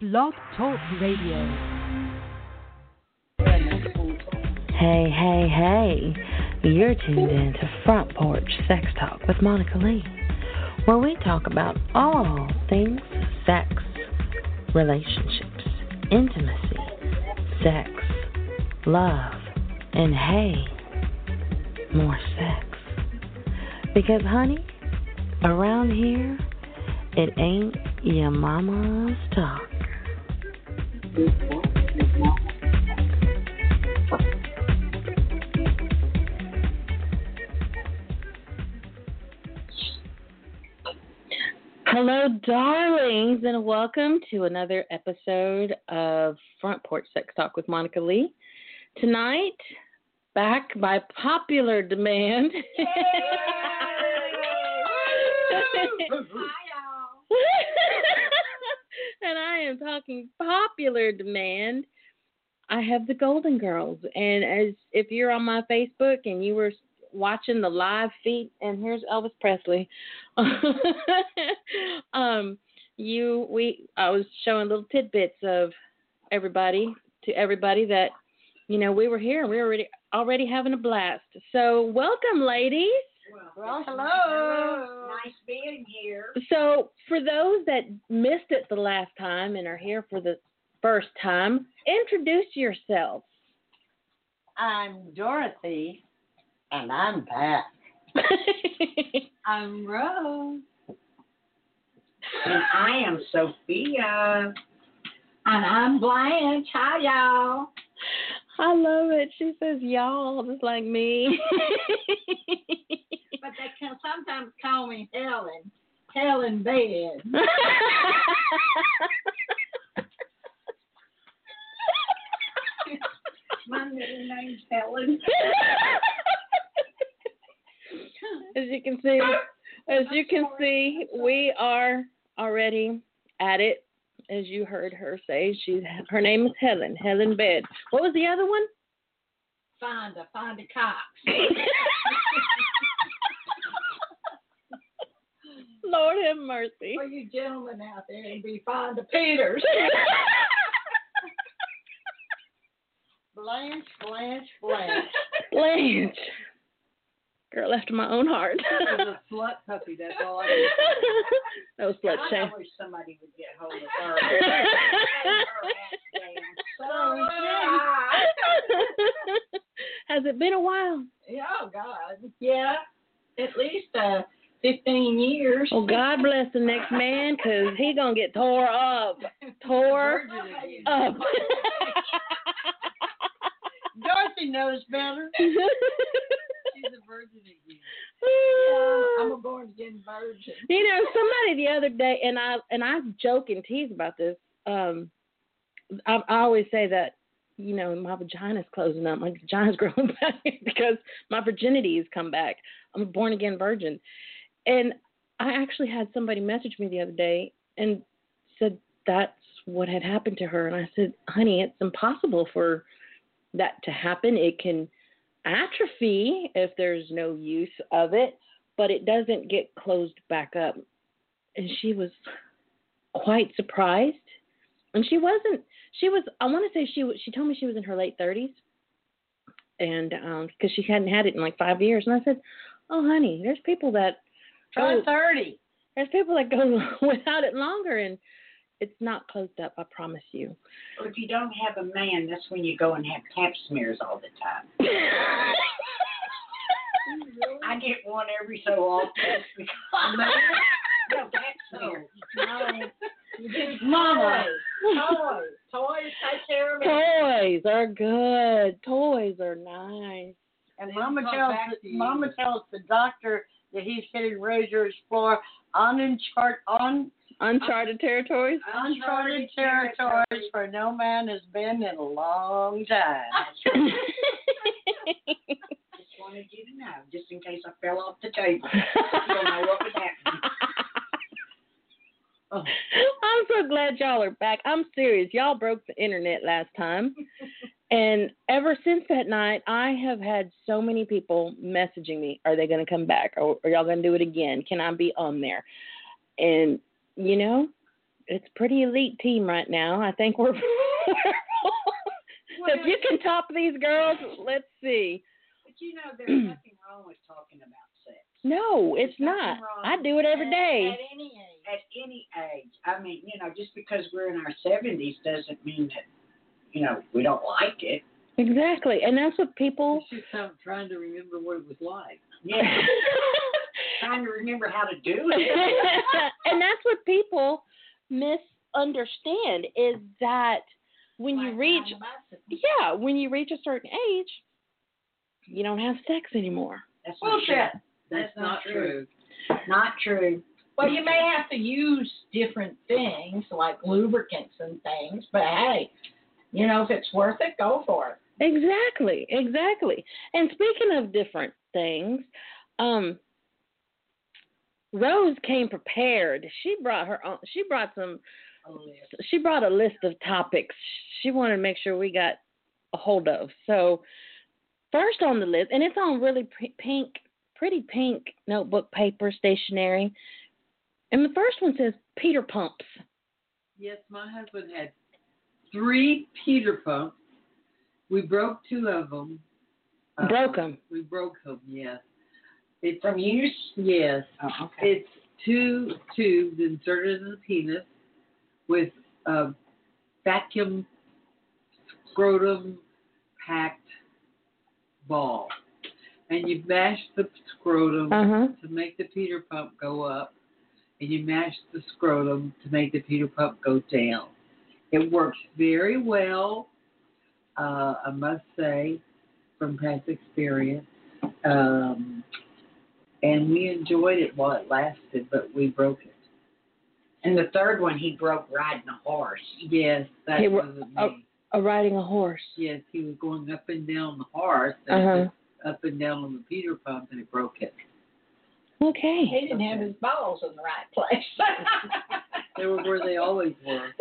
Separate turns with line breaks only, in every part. Blog Talk Radio.
Hey, hey, hey. You're tuned in to Front Porch Sex Talk with Monica Lee, where we talk about all things sex, relationships, intimacy, sex, love, and hey, more sex. Because, honey, around here, it ain't your mama's talk. Hello, darlings, and welcome to another episode of Front Porch Sex Talk with Monica Lee. Tonight, back by popular demand. and I am talking popular demand. I have the Golden Girls, and as if you're on my Facebook and you were watching the live feed, and here's Elvis Presley. um, you, we, I was showing little tidbits of everybody to everybody that you know we were here and we were already already having a blast. So welcome, ladies.
Well, hello. Nice being here.
So, for those that missed it the last time and are here for the first time, introduce yourselves.
I'm Dorothy. And I'm back. I'm Rose. And I am Sophia. And I'm Blanche. Hi, y'all.
I love it. She says y'all just like me.
But they can sometimes call me Helen. Helen Bed. My middle name's Helen.
as you can see, as you can see, we are already at it. As you heard her say, she's her name is Helen. Helen Bed. What was the other one?
Find a find a cox.
Lord have mercy.
For you gentlemen out there, it'd be find a Peters. Blanche, Blanche, Blanche.
Blanche. Girl after my own heart.
a slut puppy. That's all I
no
I
slut shame.
wish somebody would get hold of her. so sad.
Has it been a while?
Yeah, oh God. Yeah, at least uh, 15 years.
Well, Oh, God bless the next man, 'cause he gonna get tore up, tore
Virgin
up.
again. Dorothy knows better. She's a virgin again. I'm a born again virgin.
you know, somebody the other day, and I and I joke and tease about this. Um, I, I always say that you know my vagina's closing up, my vagina's growing back because my virginity has come back. I'm a born again virgin, and I actually had somebody message me the other day and said that's what had happened to her, and I said, honey, it's impossible for that to happen. It can atrophy if there's no use of it but it doesn't get closed back up. And she was quite surprised. And she wasn't, she was, I want to say she, was. she told me she was in her late 30s. And um, because she hadn't had it in like five years. And I said, Oh, honey, there's people that,
Try
Oh.
30.
there's people that go without it longer and it's not closed up, I promise you.
Well, If you don't have a man, that's when you go and have pap smears all the time. I get one every so often because no, pap smear.
Mama. Toys. Toys take care of me.
Toys are good. Toys are nice.
And
They
Mama
come
tells
back to you.
Mama tells the doctor that he's hitting Razor's floor on uncharted on
Uncharted territories.
uncharted territories where no man has been in a long time.
Just wanted you to know, just in case I fell off the table. You don't know what was happening.
I'm so glad y'all are back. I'm serious. Y'all broke the internet last time. And ever since that night, I have had so many people messaging me, are they going to come back? Are, are y'all going to do it again? Can I be on there? And, you know, it's pretty elite team right now. I think we're. so if you can top these girls, let's see.
But you know, there's nothing wrong with talking about sex
No, it's
Nothing
not.
wrong.
I do it every day.
At any age.
at any age. I mean, you know, just because we're in our 70s doesn't mean that, you know, we don't like it.
Exactly, and that's what people.
It's just I'm trying to remember what it was like.
Yeah, trying to remember how to do it.
and that's what people misunderstand is that when you
Like
reach
riding a bicycle.
yeah when you reach a certain age you don't have sex anymore
That's not true.
Bullshit.
That's not true. Not true.
Well, you may have to use different things like lubricants and things, but hey, you know, if it's worth it, go for it.
exactly exactly and speaking of different things um rose came prepared she brought her own she brought some she brought a list of topics she wanted to make sure we got a hold of. So, first on the list, and it's on really p- pink, pretty pink notebook paper, stationery. And the first one says Peter Pumps.
Yes, my husband had three Peter pumps. We broke two of them.
Uh-huh.
Broke 'em.
We broke them. Yes. It's
From use?
yes.
Oh, okay.
It's two tubes inserted in the penis with a vacuum scrotum packed ball. And you mash the scrotum
Uh
Uh-huh.
huh.
to make the Peter pump go up, and you mash the scrotum to make the Peter pump go down. It works very well, uh, I must say, from past experience. Um, and we enjoyed it while it lasted, but we broke it.
And the third one, he broke riding a horse.
Yes, that
Hey, we're-
wasn't me.
oh. A riding a horse.
Yes, he was going up and down the horse, and
Uh
up and down on the Peter pump, and it broke it.
huh. Okay.
didn't have his
balls in the right place.
They were where they always were.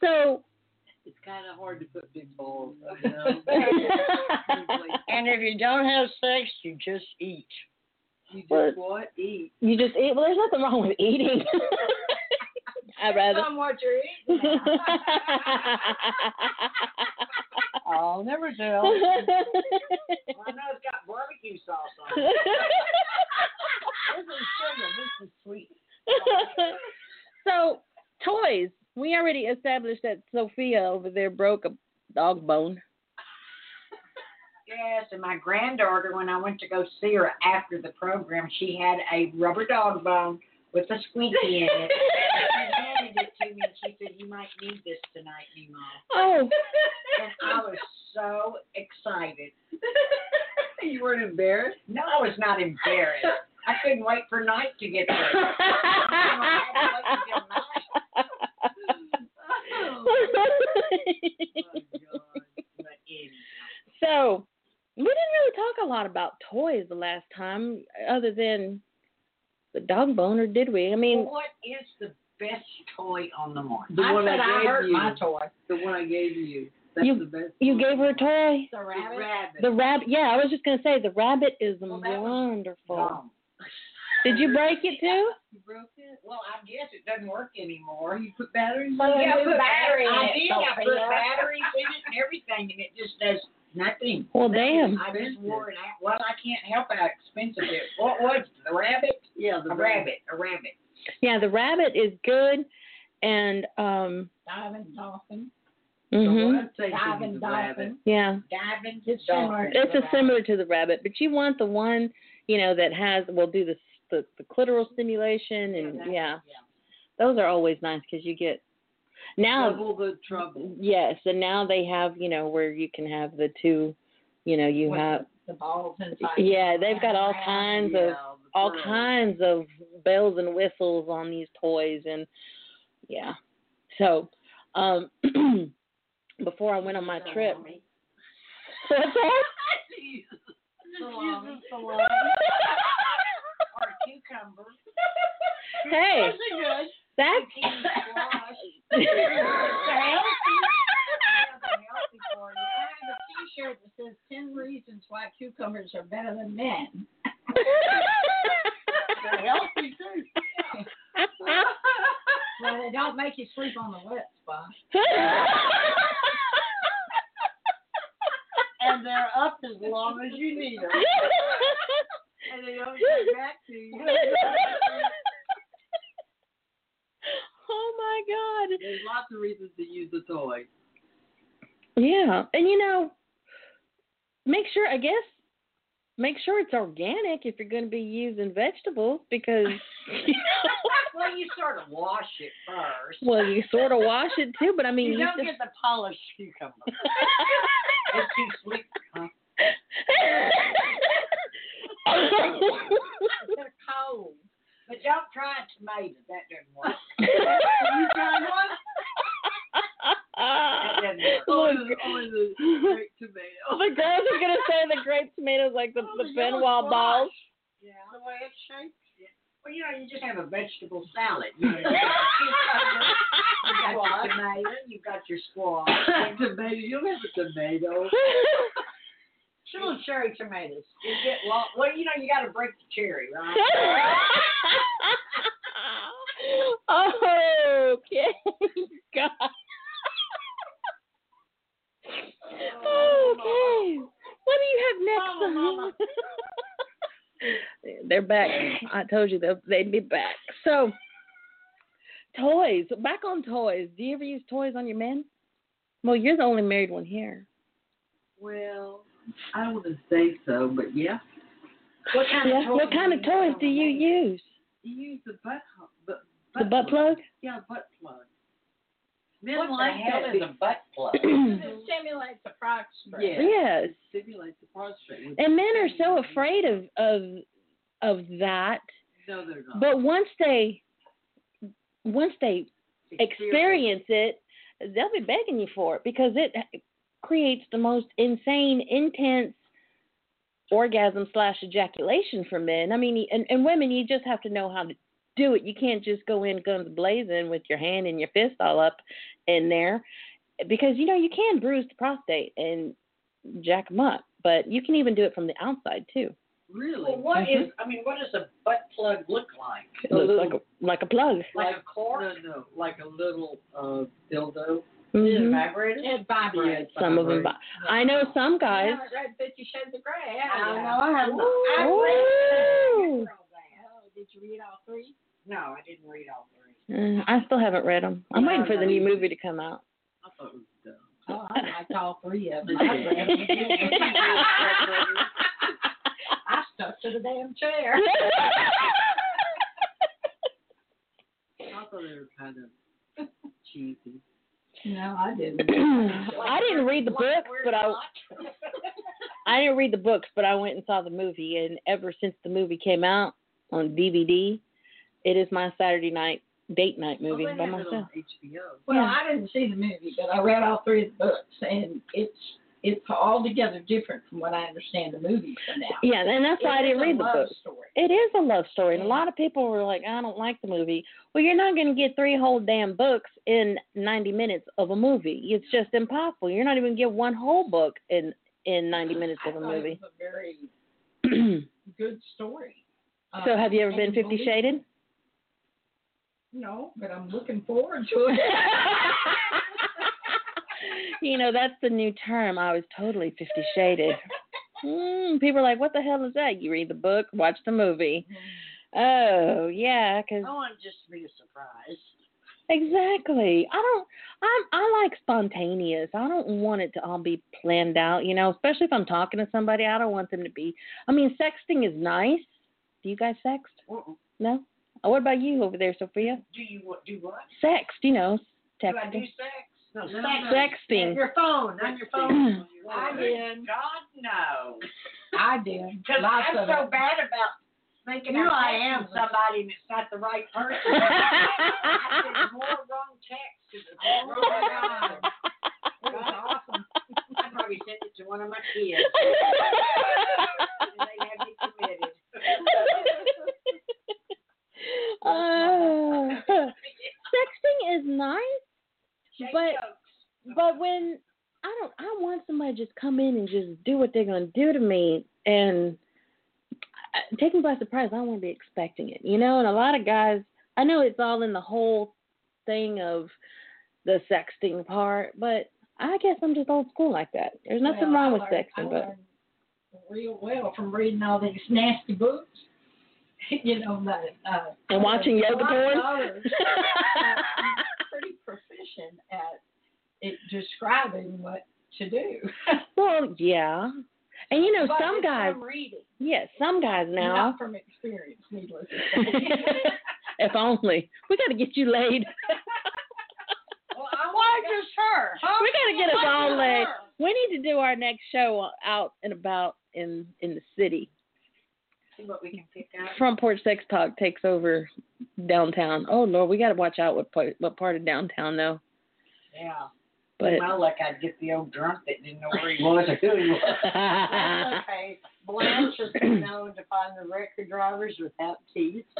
so,
It's kind of hard to put big balls. You know?
And if you don't have sex, you just eat.
you just
Well-
what eat?
you just eat. Well, there's nothing wrong with eating. I'd rather.
on what you're eating.
I
I'll never tell.
Well, I know it's got barbecue sauce on it. This is sugar. This is sweet.
so toys. We already established that Sophia over there broke a dog bone.
Yes, and my granddaughter, when I went to go see her after the program, she had a rubber dog bone with a squeaky in it. She handed it to me and she said, You might need this tonight, Nemo.
Oh,
And I was so excited.
You weren't embarrassed?
No, I was not embarrassed. I couldn't wait for night to get there. I had to wait until night. Oh,
my God.
But anyway.
so we didn't really talk a lot about toys the last time, other than the dog bone, or did we? I mean,
What is the best toy on the market?
The I
I,
one said I I gave hurt you. my
toy.
The one I gave you. That's
You-
the best.
you
one.
gave her a toy.
The
The
rabbit.
rabbit.
The rabbit. Yeah, I was just gonna say the rabbit is
Well, that was
wonderful.
Gone.
Did you break it too?
You broke it?
Well, I guess Oh. it doesn't work anymore.
Or you put batteries
But
in
yeah, I
it?
put batteries. I
it,
did. I put
Sophia.
batteries in it and everything, and it just does nothing.
Well, damn.
I just wore it out. Well, I can't help how expensive it. What was it? The rabbit?
Yeah, the
A rabbit. A rabbit.
Yeah, the rabbit is good, and um,
Diving dolphin.
mhm.
The one I'd say
Diving
is the
dolphin.
rabbit.
yeah,
Diving
similar.
dolphin.
it's a similar to the rabbit, but you want the one you know that has will do the the, the clitoral stimulation, and yeah, those are always nice because you get now
Double the trouble.
yes, and now they have you know where you can have the two, you know you
With
have
The balls and
yeah they've got all kinds of all kinds of bells and whistles on these toys and yeah so um before i went on my trip What's that?
Salami. Or cucumber.
hey that's
Zucchini squash.
I have a T-shirt that says 10 reasons why cucumbers are better than men.
They don't make you sleep on the wet spot.
and they're up as long as you need them. And they don't get back to you.
oh my God.
There's lots of reasons to use the toy.
Yeah, and you know, make sure I guess make sure it's organic if you're going to be using vegetables because you know,
well, you sort of wash it first.
well you sort of wash it too. But I mean,
You don't
just-
get the polished cucumber.
It's too sweet. Huh? They're cold. But don't try a tomato. That doesn't work. You tried one? That doesn't work.
Oh,
Or
Look, oh,
the, or the grape tomato.
the girls are going to say the grape tomatoes like the,
Oh
the Benoit balls.
Yeah.
The way it's shaped.
Well, you know, you just have a vegetable salad. You know, you've got your you've got your tomato, you've got your squash,
tomato. You don't have a tomato.
It's little cherry tomatoes. You get well, well, you know, you got to break the cherry, right?
okay, God. Okay. What do you have next?
Mama, mama.
They're back. I told you they'll- they'd be back. So, toys. Back on toys. Do you ever use toys on your men? Well, you're the only married one here.
Well, I don't want to say so, but yeah.
What kind of
Yeah.
toys?
What kind of toys do you use?
You use the butt, hu- butt,
The butt plug?
Yeah, butt plug. Men
What
like
the hell
that
is
because
a butt plug?
It
stimulates the prostate.
Yeah.
Yes.
it stimulates the prostate. which-
And men are so afraid of of of that.
No, they're not.
But once they once they experience it, they'll be begging you for it because it creates the most insane, intense orgasm slash ejaculation for men. I mean, and, and women, you just have to know how to do it. You can't just go in guns blazing with your hand and your fist all up in there because you know you can bruise the prostate and jack 'em up, but you can even do it from the outside too.
really?
Well, what is?
Mhm.
I mean, what does a butt plug look like?
It looks like a like a plug.
Like,
Like-
a cork?
no, no, like a little uh, dildo.
Mm-hmm.
Mhm.
vibrator? It vibrates.
Yeah,
Some of them.
vibrates.
I know some guys.
Yeah, right, Fifty Shades of Grey.
I
Yeah.
don't know. I have not.
I
Ooh.
read Oh, did you read all three? No, I didn't read all three.
Uh, I still haven't read them. I'm
Yeah,
waiting for the
no.
new movie to come out.
I thought it was dumb.
Oh, I liked all three of them. I stuck to the damn chair.
I thought they were kind of cheesy.
No, I didn't.
I didn't read the books, but I I didn't read the books, but I went and saw the movie. And ever since the movie came out on DVD, it is my Saturday night date night movie
Oh,
well,
by
they have it
myself.
on HBO.
Well, I didn't see the movie, but I read all three of the books, and it's it's altogether different from what I understand the movie for now.
Yeah, and that's why
It
I
is
didn't
a
read the
love
books.
Story.
It is a love story, and a
Yeah.
lot of people were like, "I don't like the movie." Well, you're not going to get three whole damn books in 90 minutes of a movie. It's just impossible. You're not even going to get one whole book in in 90 minutes
I
of a
thought
movie.
It was a very
so,
good story. Um,
have you ever been 50
Shades?
Shaded?
No, but I'm looking forward to it.
you know, that's the new term. I was totally 50 Shaded. Mm, people are like, "What the hell is that?" You read the book, watch the movie. Oh yeah, because
I want it just to be a surprise.
Exactly. I don't. I'm. I like spontaneous. I don't want it to all be planned out. You know, especially if I'm talking to somebody, I don't want them to be. I mean, sexting is nice. Do you guys sext?
Uh-uh.
No. Oh, what about you over there, Sophia?
do you what? Do what?
Sext. You know,
Do I do
texting.
sex? No,
No,
sex.
Sexting.
Your phone, on your phone.
I
I did.
God no.
I did.
Because
Lots
I'm
of
so
it.
bad about thinking
You know, I
I am
am
somebody and it's not the right person. I send more wrong texts to the
Oh, my God.
It was awesome. I probably sent it to one of my kids. And they had me committed.
Oh. sexting is nice.
Shake
But-
jokes.
But when I don't, I want somebody to just come in and just do what they're gonna do to me, and I- take me by surprise. I don't want to be expecting it, you know. And a lot of guys, I know it's all in the whole thing of the sexting part, but I guess I'm just old school like that. There's nothing
Well, I
wrong with
learned- I
sexting, but
learned real well from reading all these nasty books. you know, my, uh,
And watching yoga
my
porn?
daughter's, uh, pretty proficient at it describing what to do.
well, yeah. And you know,
But
some
it's
guys,
from reading,
yes, some guys now.
not from experience, needless to say.
if only we got to get you laid.
well, I why just her? Huh?
We gotta get us
Why
all
just
laid.
her?
We need to do our next show out and about in in the city.
See what we can pick out.
Front porch sex talk takes over downtown. Oh Lord, we got to watch out what part, what part of downtown though.
Yeah.
But
well, like I'd get the old drunk that didn't know where he was or who he was. That's okay. Blanche has been known to find the record drivers without teeth.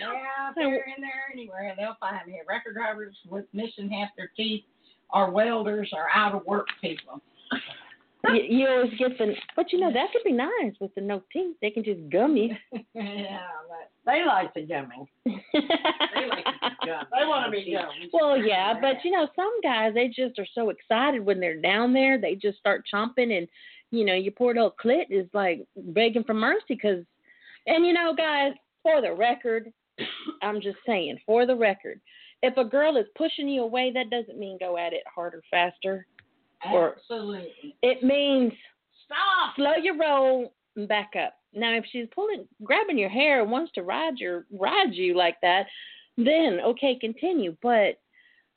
Yeah, if they're in there anywhere, they'll find it. Record drivers with missing half their teeth are welders or out of work people.
you, you always get the, but you know that could be nice with the no teeth. They can just gum you.
yeah, but
They like the gumming. They like the gum. They want to be gummed.
Well, yeah, but you know, some guys they just are so excited when they're down there, they just start chomping, and you know, your poor little clit is like begging for mercy because, and you know, guys, for the record, I'm just saying, for the record, if a girl is pushing you away, that doesn't mean go at it harder, faster. Or-
absolutely.
It means
Stop.
slow your roll and back up. Now, if she's pulling, grabbing your hair and wants to ride your ride you like that, then okay, continue. But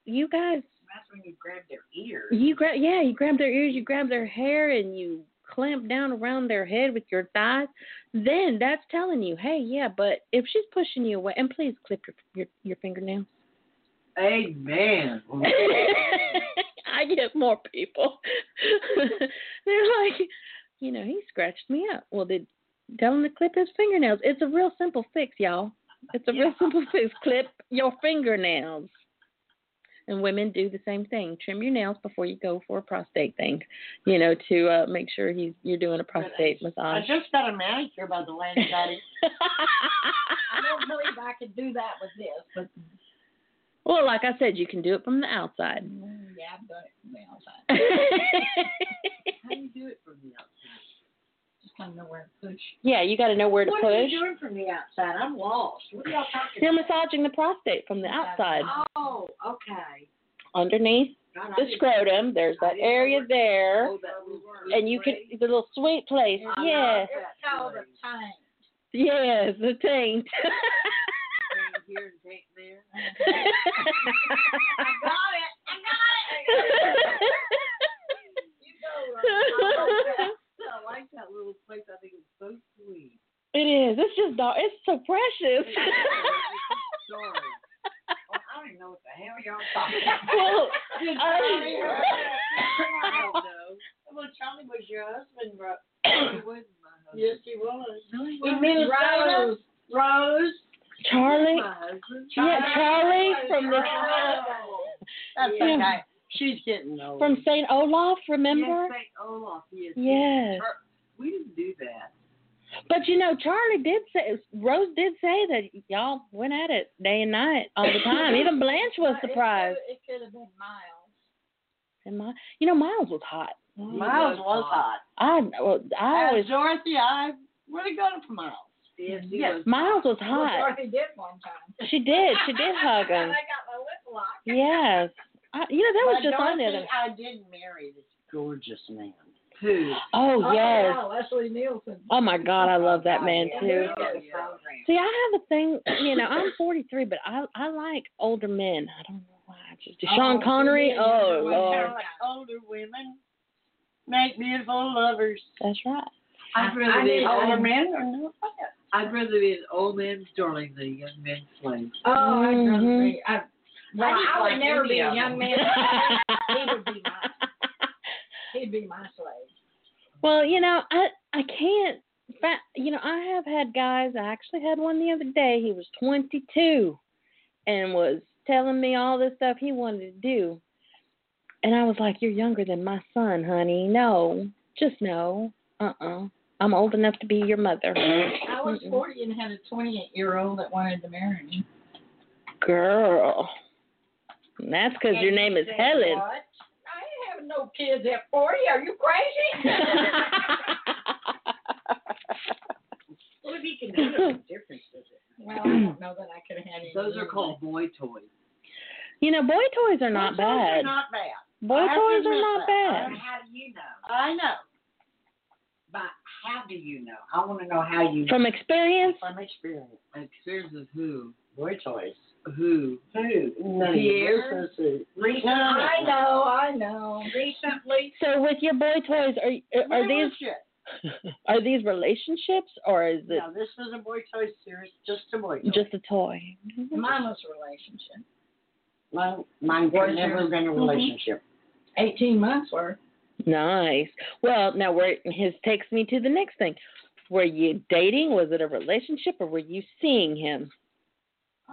you guys
That's when you grab their ears.
You grab, yeah, you grab their ears, you grab their hair, and you clamp down around their head with your thighs. Then that's telling you, hey, yeah, but if she's pushing you away, and please clip your your, your fingernails.
Amen.
I get more people. They're like, you know, he scratched me up. Well, did tell him to clip his fingernails. It's a real simple fix, y'all. It's a real simple fix. Clip your fingernails. And women do the same thing. Trim your nails before you go for a prostate thing, you know, to uh, make sure you, you're doing a prostate
I
massage.
just got a manicure by the way, buddy.
I don't believe I could do that with this, but
well, like I said, you can do it from the outside.
mm, yeah, I've done it from the outside.
How do you do it from the outside?
Just kind of know where to push.
yeah, you got to know where to
What are
push.
you doing from the outside? I'm lost. What are y'all talking
You're
about?
massaging the prostate from the outside.
Oh, okay.
Underneath
God, I
the
didn't-
scrotum, there's that area there.
Oh, that we were-
And you can, the little sweet place.
Yeah.
Yes,
It's called a time.
yes, the taint.
Right here and right there.
I got it. I got it. You go.
I like that little place. I think it's so sweet.
it is. It's just, dar- it's so precious.
Sorry. Well, I don't even know what the hell y'all talking about.
well,
Charlie,
I-
I don't know. Well, Charlie was your husband, but he wasn't my husband.
Yes, he was.
No, he
In
wasn't.
Minnesota,
Rose. Rose.
Charlie,
My husband.
yeah, Charlie from the
Oh, That's
Yeah.
okay. She's getting old.
from Saint Olaf. Remember?
Yes, St. Olaf. Yes.
Yes.
Her- We didn't do that.
But you know, Charlie did say Rose did say that y'all went at it day and night all the time. Even Blanche was
But it
surprised.
could- It could have been Miles.
And my, you know, Miles was hot.
Miles was hot.
I well, I always
As Dorothy, I would have gone for Miles. Yes, he
yes,
was.
Miles was
Well,
hot.
Dorothy did one time.
She did. She did hug him.
I got my lip locked.
Yes. I, you know, that was
But
just on the
Dorothy,
other.
I did marry this gorgeous man.
Oh yes.
wow, Leslie Nielsen.
Oh my God, I love that
Oh,
man
yeah.
too.
Yeah, the program.
See, I have a thing. You know, I'm 43, but I I like older men. I don't know why. I Just
Oh,
Sean Connery.
yeah,
Oh
you know, I
Lord,
like older women make beautiful lovers.
that's right.
I'd rather
oh,
be an
older
old man.
men are no fun.
I'd rather be an old man's darling than a young man's slave.
Oh, I
Mhm.
agree. I, well,
I
I,
just
would
like
never be
India.
a young man. he would be my, he'd be my slave.
Well, you know, I I can't. fa- You know, I have had guys. I actually had one the other day. He was 22, and was telling me all this stuff he wanted to do, and I was like, "You're younger than my son, honey. No, just no. Uh-uh. I'm old enough to be your mother."
I was
Mm-mm.
40 and had a 28 year old that wanted to marry me.
Girl. And that's because
And
your
you
name is
said,
Helen.
"What?"
I ain't having no kids at 40. Are you crazy?
Well, if he can do it, what difference does it?
well, I don't know that I could have had any.
Those are
kids.
called boy toys.
you know, boy toys are not
Those are
bad.
not bad.
boy
I have to
toys are
admit
not
that.
bad.
And how do you know?
I know.
But how do you know? I want to know how you
From experience,
from experience.
Experience is who?
Boy toys.
Who?
Who?
Pierre?
Recently.
I know. I know.
Recently.
so with your boy toys, are are these are these relationships or is it
No, this was a boy toy series, just a boy toy.
just a toy?
Mine was a relationship.
mine, mine
Boy
could never
toy.
have been a relationship.
18 months worth.
Nice. Well, now where his takes me to the next thing. Were you dating? Was it a relationship, or were you seeing him?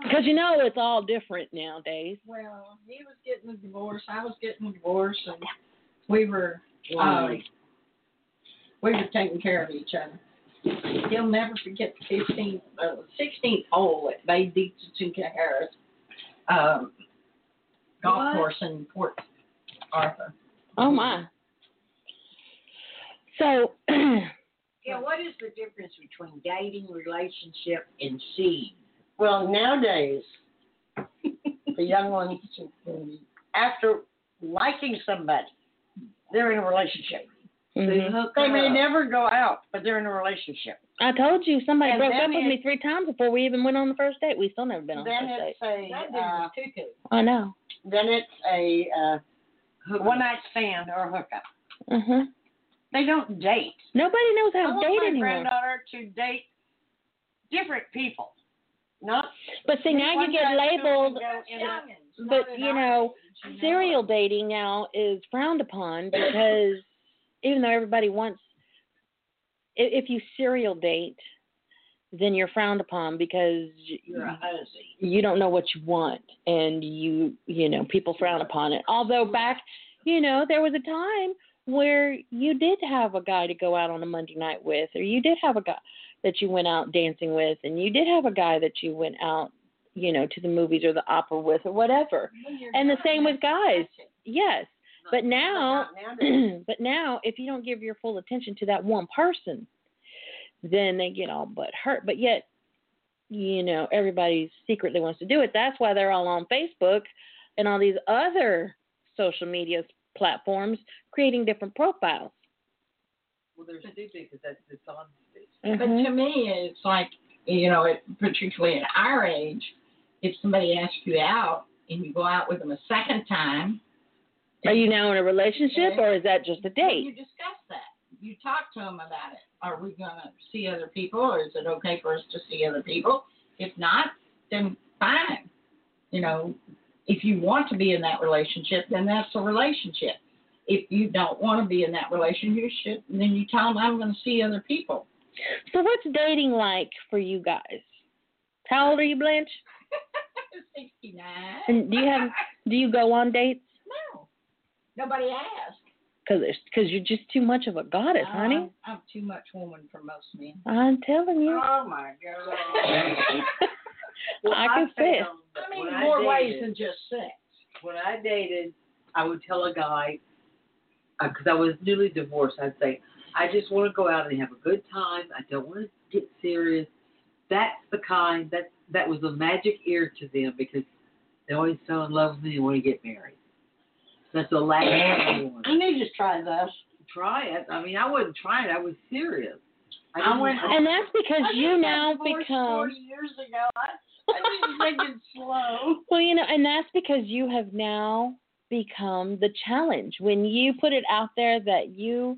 Because you know it's all different nowadays.
Well, he was getting a divorce. I was getting a divorce, and we were um,
Lonely.
we were taking care of each other. He'll never forget the 15th, uh, 16th hole at Bay Beach in Harris um, golf
What?
course in Port Arthur.
Oh my. So,
Yeah, what is the difference between dating, relationship, and seeing?
Well, nowadays, the young ones, after liking somebody, they're in a relationship.
mhm.
They may
Uh.
never go out, but they're in a relationship.
I told you somebody
And
broke
then
up with
it-
me three times before we even went on the first date. We still never been on
Then
the first date.
it's a
That dude
uh,
was cuckoo.
I know.
then it's a uh,
Hooker.
one night stand or a hookup.
Uh-huh.
They don't date.
Nobody knows
I
how to
want
date
my
anymore.
granddaughter to date different people, not
But see, now you
one
get
night stand
labeled.
and go in a-
Youngins,
but,
not in
you
our
know,
age, you know.
Serial dating now is frowned upon because even though everybody wants, i- if you serial date, then you're frowned upon because y-
You're a husband.
you don't know what you want and you you know people frown upon it although back you know there was a time where you did have a guy to go out on a monday night with or you did have a guy that you went out dancing with and you did have a guy that you went out you know to the movies or the opera with or whatever
When you're
and the
done,
same with guys
that's it.
yes but now
not nowadays.
but now if you don't give your full attention to that one person then they get all but hurt but yet you know everybody secretly wants to do it that's why they're all on facebook and all these other social media platforms creating different profiles
Well, they're stupid because that's dishonesty.
But to me, it's like, you know, it, particularly at our age, if somebody asks you out and you go out with them a second time,
are you now in a relationship or is that just a
you
date
discuss that. You talk to them about it. Are we going to see other people or is it okay for us to see other people? If not, then fine. You know, if you want to be in that relationship, then that's a relationship. If you don't want to be in that relationship, then you tell them, I'm going to see other people.
so what's dating like for you guys how old are you blanche
69.
and do you have do you go on dates
No. Nobody asked. Uh,
because because you're just too much of a goddess
Uh,
honey
I'm, I'm too much woman for most men.
i'm telling you
uh,
Oh my God.
I can say it.
found that
I mean,
when
more
dated-
ways than just sex.
when I dated, I would tell a guy, because I was newly divorced, I'd say, I just want to go out and have a good time. I don't want to get serious. That's the kind that that was a magic ear to them because they always fell in love with me and want to get married. That's the last thing they
I
wanted.
need to try this.
Try it. I mean, I wasn't trying it. I was serious. I,
I
didn't-
went-
And that's because
I
you
just got
now
divorced
become
40 years ago. I, I didn't think it's slow.
well, you know, and that's because you have now become the challenge. When you put it out there that you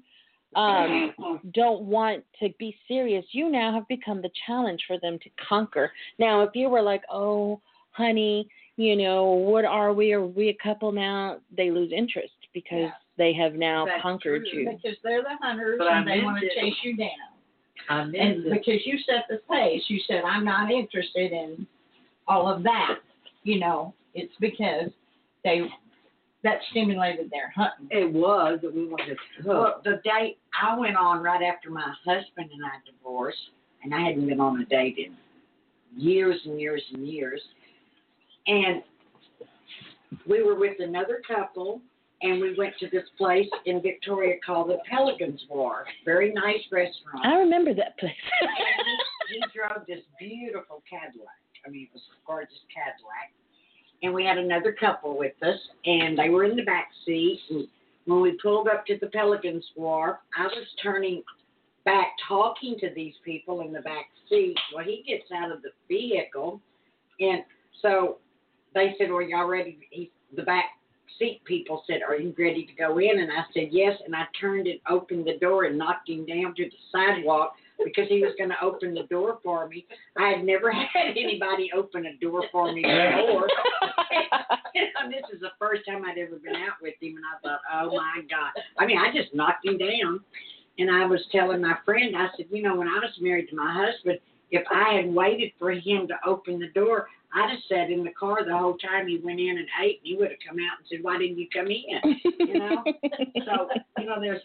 um, don't want to be serious, you now have become the challenge for them to conquer. Now, if you were like, "Oh, honey, you know, what are we? Are we a couple now?" They lose interest because
Yeah.
they have now
That's
conquered
true.
you.
Because they're the hunters
But I
and they
meant
want to
it.
chase you down.
I missed
And
it.
because you set the pace, you said, I'm not interested in all of that. You know, it's because they that stimulated their hunting.
It was that we wanted to cook.
Well, the date I went on right after my husband and I divorced, and I hadn't been on a date in years and years and years. And we were with another couple, and we went to this place in Victoria called the Pelican's Wharf. Very nice restaurant.
I remember that place.
And he, he drove this beautiful Cadillac. I mean, it was a gorgeous Cadillac. And we had another couple with us, and they were in the back seat. And when we pulled up to the Pelican's Wharf, I was turning back, talking to these people in the back seat. Well, he gets out of the vehicle, and so they said, "Are y'all ready?" He, the back seat people said, "Are you ready to go in?" And I said, "Yes." And I turned and opened the door and knocked him down to the sidewalk because he was going to open the door for me. I had never had anybody open a door for me before. And this is the first time I'd ever been out with him, and I thought, oh my God. I mean, I just knocked him down. And I was telling my friend, I said, you know, when I was married to my husband, if I had waited for him to open the door, I'd have sat in the car the whole time he went in and ate, and he would have come out and said, why didn't you come in? You know? so, you know, there's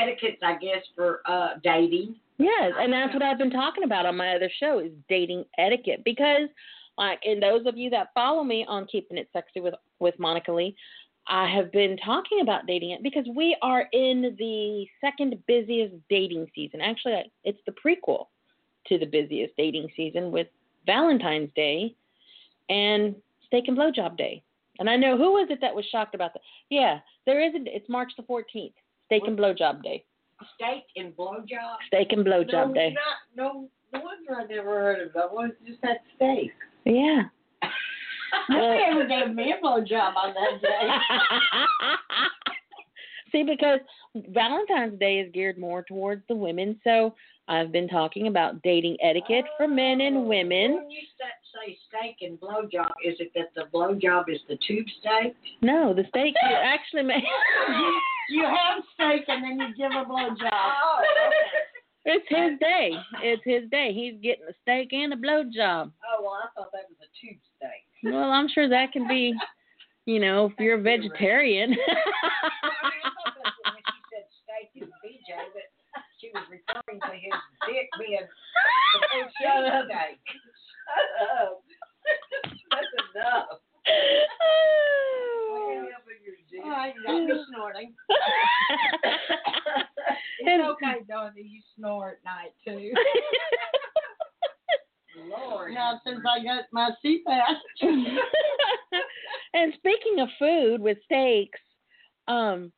etiquettes, I guess, for uh dating.
Yes, and that's what I've been talking about on my other show is dating etiquette because like and those of you that follow me on keeping it sexy with with Monica Lee, I have been talking about dating it because we are in the second busiest dating season. Actually, it's the prequel to the busiest dating season with Valentine's Day and Steak and Blowjob Day. And I know who was it that was shocked about that? Yeah, there is a, it's March the 14th, Steak and Blowjob Day.
Steak and blowjob.
Steak and Blowjob
no,
Day.
Not, no, no wonder I never heard of that. Why just had steak?
Yeah.
They would give me a blowjob on that day.
See, because Valentine's Day is geared more towards the women, so I've been talking about dating etiquette for men and women.
Oh, When you sta- say steak and blowjob, is it that the blowjob is the tube steak?
No, the steak you actually made.
You have steak and then you give a blowjob.
Oh,
It's his day. It's his day. He's getting a steak and a blowjob.
oh well, I thought that was a tube steak.
Well, I'm sure that can be, you know, if you're a vegetarian.
I mean, I thought that's when she said steak and BJ, but she was referring to his dick being the big
Shut up.
steak.
Shut up. That's enough. Why
Oh,
you helping your dick?
I got me snorting. It's okay knowing that you snore at night too.
Lord.
Now since I got my CPAP.
and speaking of food with steaks, um,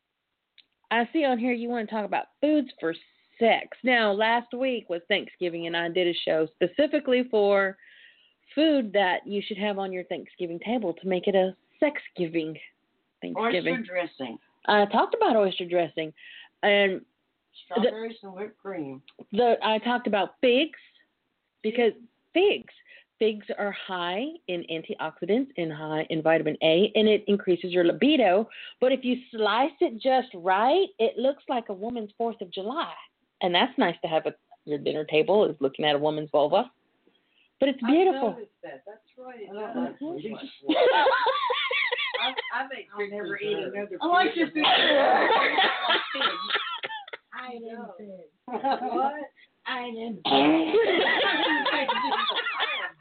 I see on here you want to talk about foods for sex. Now, last week was Thanksgiving, and I did a show specifically for food that you should have on your Thanksgiving table to make it a sex giving
Oyster
Thanksgiving.
dressing,
I talked about oyster dressing, and
strawberries and whipped cream.
the I talked about figs because figs figs are high in antioxidants and high in vitamin A and it increases your libido but if you slice it just right it looks like a woman's 4th of July and that's nice to have at your dinner table is looking at a woman's vulva but it's
I
beautiful
noticed that. That's right. It
Oh,
does. I, I make
I'll never eat
pictures of it.
another
I like
piece
your
of
picture. I
know.
What?
What?
I didn't.
I am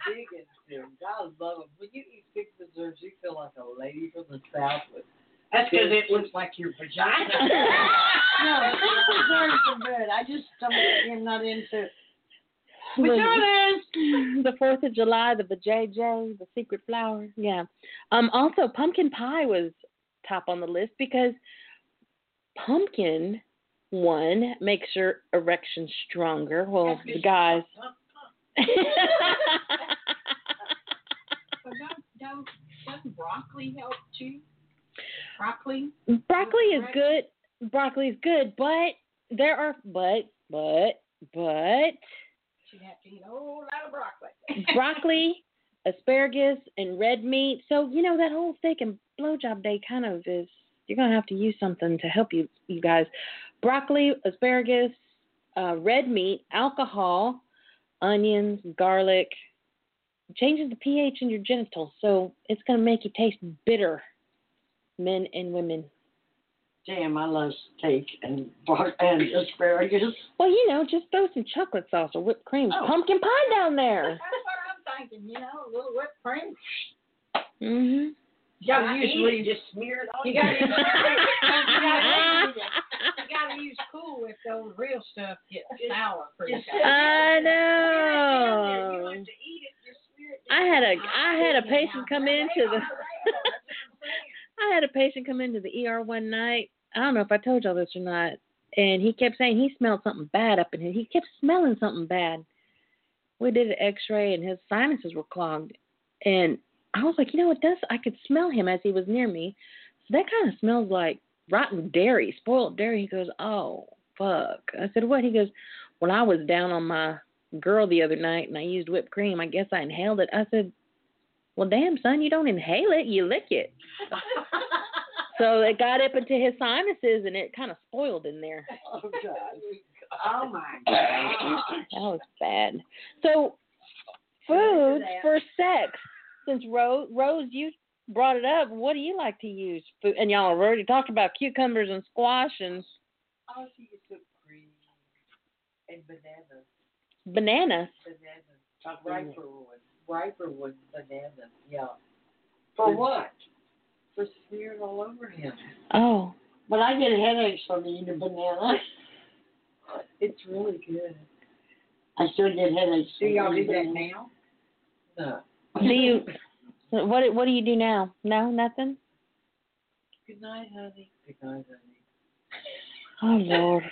big into them. I love them. When you eat big preserves, you feel like a lady from the south with
That's because it looks like your vagina.
No, preserves are good. I just don't. I'm not into.
Vaginas! the 4th of July the vajayjay the secret flower yeah um also pumpkin pie was top on the list because pumpkin one makes your erection stronger. Well, Oh, the guys.
Oh, But don't don't doesn't broccoli help too? Broccoli.
broccoli is good. Broccoli is good, but there are but but but
She'd have to eat a whole lot of broccoli.
broccoli, asparagus, and red meat. So you know that whole steak and blowjob day kind of is. You're gonna have to use something to help you, you guys. Broccoli, asparagus, uh, red meat, alcohol, onions, garlic. Changes the pH in your genitals, so it's gonna make you taste bitter. Men and women.
Damn, I love steak and bar- and asparagus.
Well, you know, just throw some chocolate sauce or whipped cream, pumpkin pie down there.
That's what I'm thinking. You know, a little whipped cream.
Mm-hmm.
Yeah,
I
usually just smear it on.
You gotta,
you.
use, you gotta use cool if those real stuff gets sour pretty
Just-
fast.
I
You
know.
have to eat it, just smear it
Oh. I
down.
had a I had a patient come into the I had a patient come into the ER one night. I don't know if I told y'all this or not. And he kept saying he smelled something bad up in here. He kept smelling something bad. We did an x ray and his sinuses were clogged. And I was like, you know, it does. I could smell him as he was near me. So that kind of smells like rotten dairy, spoiled dairy. He goes, oh, fuck. I said, what? He goes, when I was down on my girl the other night and I used whipped cream, I guess I inhaled it. I said, well, damn, son, you don't inhale it, you lick it. So it got up into his sinuses and it kind of spoiled in there.
Oh, God.
Oh my god.
That was bad. So foods for sex. Since Rose, Rose, you brought it up. What do you like to use? Food, and y'all have already talked about cucumbers and squash and
I was eating some green and bananas.
bananas.
Bananas. A riper one. Riper one banana. Yeah.
For what?
For smearing all over him.
Oh,
But I get headaches from eating banana.
It's really good.
I still get headaches.
Do
from
y'all do
eating
that
banana.
now?
No.
do you? What What do you do now? No, nothing.
Good night, honey. Good night, honey.
Oh Lord.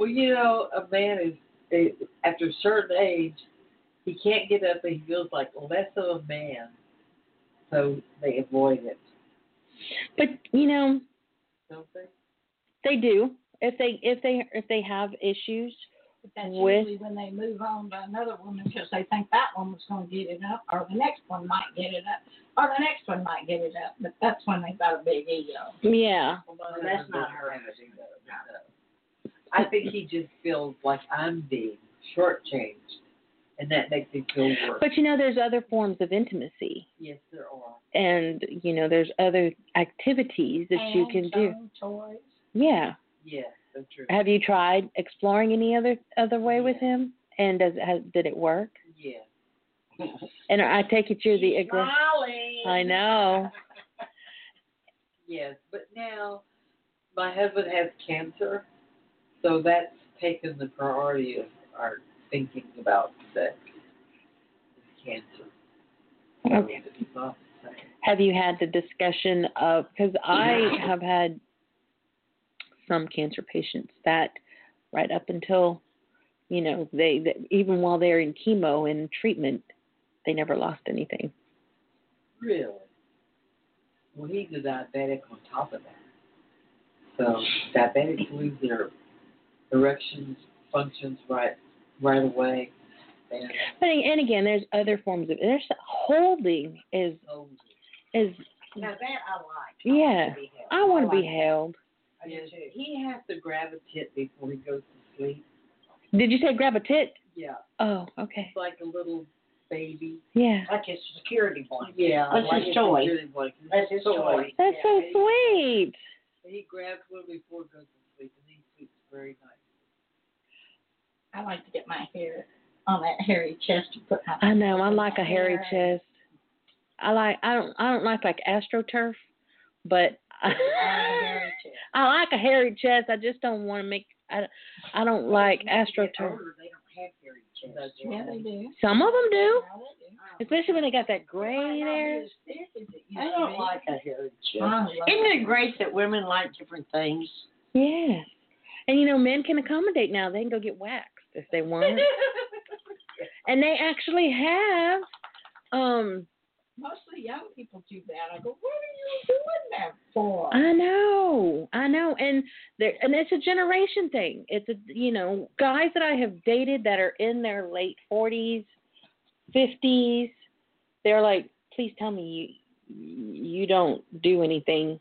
Well, you know, a man is is- after a certain age, he can't get up and he feels like less of a man, so they avoid it,
But you know,
don't they?
they do. If they if they if they have issues,
But that's
With-
usually when they move on to another woman because they think that one was going to get it up, or the next one might get it up, or the next one might get it up. But that's when they got a big ego.
yeah.
Well,
Well, that's not her
attitude, though. I think he just feels like I'm being shortchanged, and that makes him feel worse.
But you know, there's other forms of intimacy.
yes, there are.
and you know there's other activities that you can
Hands,
do
own toys.
yeah
Yes, that's true.
have you tried exploring any other other way with
Yeah.
him and does has, did it work
Yes.
and i take it you're the aggra-
Smiling.
i know
Yes, but now my husband has cancer, so that's taken the priority of our thinking about sex. Cancer.
Okay.
It's not the same.
have you had the discussion of because i have had some cancer patients that right up until you know they, they even while they're in chemo and treatment they never lost anything
Really? Well, he's a diabetic on top of that. So diabetics lose their erections functions right right away. And
But and again, there's other forms of there's holding is
so
is
Now that I like.
Yeah. I want to be held.
I do too.
he has to grab a tit before he goes to sleep.
Did you say grab a tit?
Yeah,
Oh, okay.
it's like a little baby.
Yeah,
Like his security blanket.
Yeah,
That's
like
his
it's
toy.
Really like his
That's his toy.
that's so
Yeah.
sweet.
He grabs one before he goes to sleep, and he sleeps very nice.
I like to get my hair on that hairy chest and put my.
I know. I like a hairy
hair.
chest. I like. I don't. I don't like like astroturf, but
I
I,
like
I like
a hairy chest.
a hairy chest. I just don't want to make. I I don't like astroturf.
Older, they don't have hairy chests.
That's
Yeah, they do.
Some of them do,
Yeah, they do.
especially when they got that gray
Might not
there.
be as thick as it used
I
to be.
don't like a hairy chest.
I love
Isn't it great that women like different things?
Yes. And you know, men can accommodate now. They can go get waxed if they want. and they actually have um
Mostly young people do that. I go, what are you doing that for?
I know. I know. And there and it's a generation thing. It's a you know, guys that I have dated that are in their late 40s, 50s, they're like, "Please tell me you you don't do anything."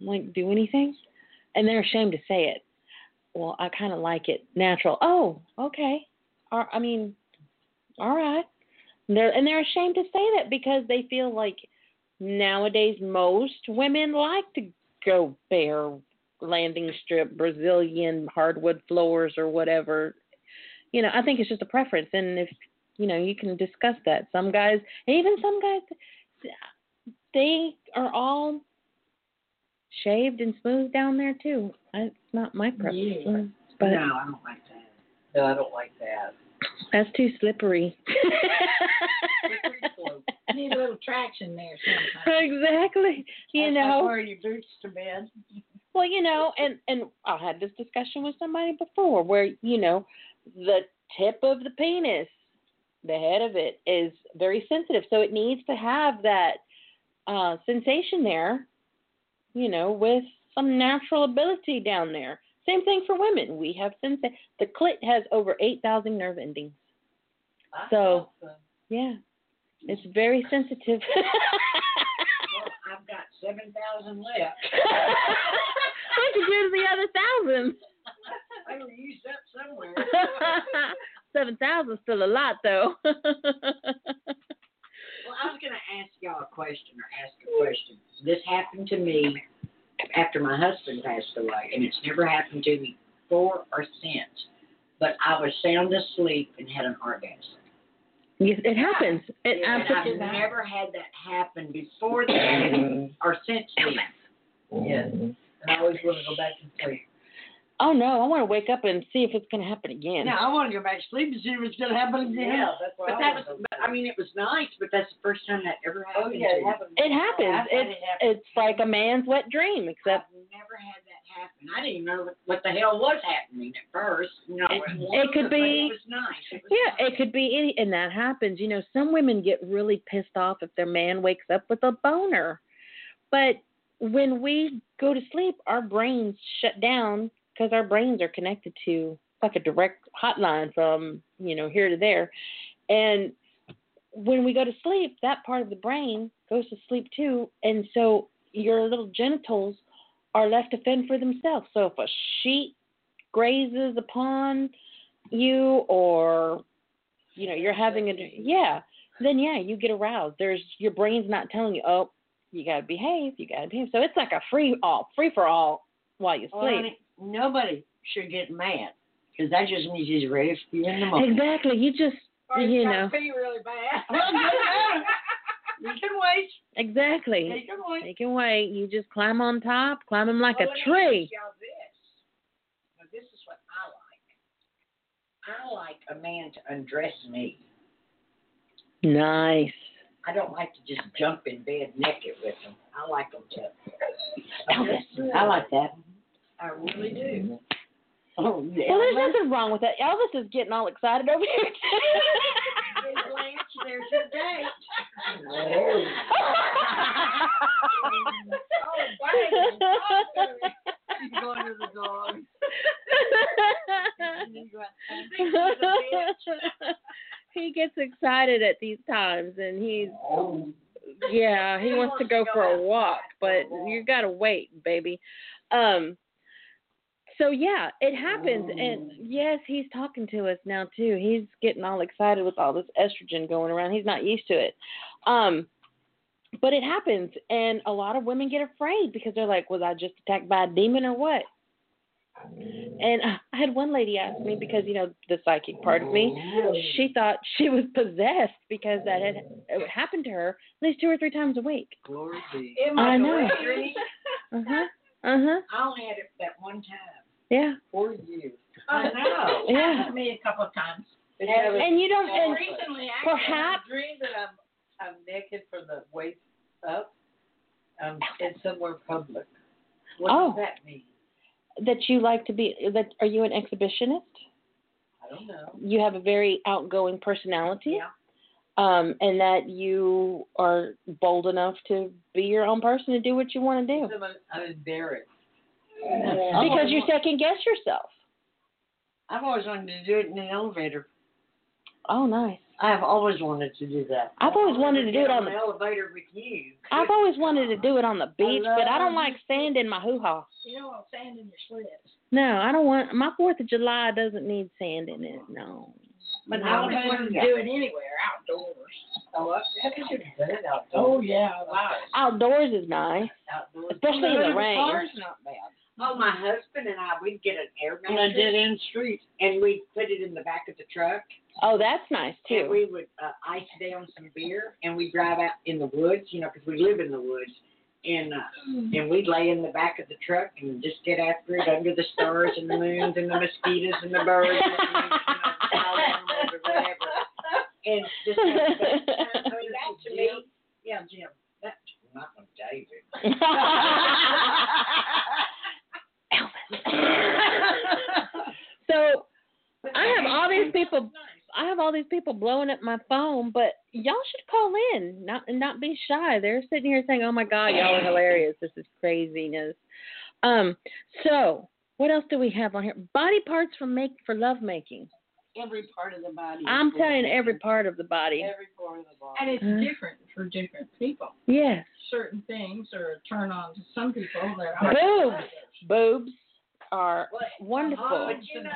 I'm like, "Do anything?" And they're ashamed to say it. Well, I kind of like it natural. Oh, okay. Or, I mean, all right. And they're, and they're ashamed to say that because they feel like nowadays most women like to go bare landing strip brazilian hardwood floors or whatever you know i think it's just a preference and if you know you can discuss that some guys and even some guys they are all shaved and smooth down there too. That's not my preference,
Yeah.
but
no, I don't like that. No, I don't like that.
that's too slippery.
Slippery slope.
Need a little traction there sometimes.
exactly. You know.
Wear your boots to bed.
Well, you know, and and I had this discussion with somebody before where you know, the tip of the penis, the head of it is very sensitive, so it needs to have that uh, sensation there, you know, with some natural ability down there. Same thing for women. We have sensa- the clit has over eight thousand nerve endings.
I
So-
thought so.
Yeah, it's very sensitive.
Well, I've got seven thousand left.
what you do to the other thousand?
They were used up somewhere.
Seven thousand still a lot though.
Well, I was going to ask y'all a question or ask a question. This happened to me after my husband passed away, and it's never happened to me before or since. But I was sound asleep and had an orgasm.
yes, it happens. It
and I've
absolutely.
never had that happen before then or since then.
Yes. And I always want to go back and sleep.
Oh no, I want to wake up and see if it's gonna happen again.
Now I want to go back to sleep and see if it's gonna happen again.
Oh, Yeah.
that's why
But
I
that
wanna
was,
go
but,
back.
I mean, it was nice, but that's the first time that ever
Oh
happened. to
yeah, it
me.
happened.
It happens. It's it's like a man's wet dream, except
I've never had that happen. I didn't know what, what the hell was happening at first. You know,
It-
and-
it could
but
be-
It was nice. It was
yeah,
nice.
it could be any, and that happens. You know, some women get really pissed off if their man wakes up with a boner, but when we go to sleep, our brains shut down because our brains are connected to it's like a direct hotline from you know here to there, and when we go to sleep, that part of the brain goes to sleep too, and so your little genitals are left to fend for themselves. So if a sheet grazes upon you, or you know you're having a yeah, then yeah, you get aroused. There's your brain's not telling you, oh, you gotta behave, you gotta behave. So it's like a free all, free for all while you
Well,
sleep.
honey, nobody should get mad because that just means he's ready for you in the morning.
Exactly. You just
Or it's
you
gotta
know
be really bad.
you can wait.
exactly.
You can wait.
They can wait. You just climb on top, climb them like
Well,
a
let me
tree.
ask y'all this. Now, this is what I like. I like a man to undress me.
Nice.
I don't like to just jump in bed naked with him. I like them to. undress me.
I like that.
I really do.
Oh, yeah.
Well, there's nothing wrong with that. Elvis is getting all excited over here.
And Blanche, there's your date.
Oh,
You go under the dog.
he gets excited at these times, and he's
Oh,
yeah, he wants to go for a walk, but you gotta wait, baby. Um. So yeah, it happens, and yes, he's talking to us now too. He's getting all excited with all this estrogen going around. He's not used to it. Um. But it happens, and a lot of women get afraid because they're like, "Was I just attacked by a demon or what?" And uh, I had one lady ask me because you know the psychic part of me, she thought she was possessed because that had it happened to her at least two or three times a week.
Glory be.
It
I
was
know.
a real-
Uh huh. Uh huh.
I only had it that one time.
Yeah.
Four years.
I know.
It
Yeah.
happened to me a couple of times.
It had a-
And you don't. And
recently, actually,
perhaps.
dream that I'm I'm naked from the waist up. Um, and somewhere public. What
Oh.
does that mean?
That you like to be. That are you an exhibitionist?
I don't know.
You have a very outgoing personality.
Yeah.
Um, and that you are bold enough to be your own person to do what you want to do
I'm, I'm embarrassed.
because you second guess yourself.
I've always wanted to do it in an elevator.
Oh, nice.
I've always wanted to do that.
I've always wanted to do it on
an
the.
elevator with you.
I've always wanted to do it on the beach, but I don't
love-
like sand in my hoo ha.
You don't want sand in your slits.
No, I don't want my Fourth of July doesn't need sand in it. No.
But
I
I would
always wanted to
have
do it anywhere, outdoors.
Oh, I, I think you've done it out
Oh, yeah, wow.
Outdoors is nice,
outdoors.
especially in the rain.
car's not bad.
Oh, my husband and I, we'd get an air
and I
mattress
did in the street.
and we'd put it in the back of the truck
Oh, that's nice
And
too.
we would uh, ice down some beer and we drive out in the woods, you know, 'cause we live in the woods. And uh,
Mm.
and we'd lay in the back of the truck and just get after it under the stars and the moons and the mosquitoes and the birds and the, you know, the wild animals or whatever. And just have fun. I mean, that to me, yeah, Jim, that not with David.
so I have all these people.
Nice.
I have all these people blowing up my phone, but y'all should call in, not and not be shy. They're sitting here saying, "Oh my God, y'all are hilarious! This is craziness." Um, so what else do we have on here? Body parts for make for lovemaking.
Every part of the body.
I'm telling every part of the body.
Every part of the body.
And it's
Mhm.
different for different people.
Yes,
Certain things are a turn on to some people that are
boobs. Boobs are
But- Oh,
wonderful.
but you know,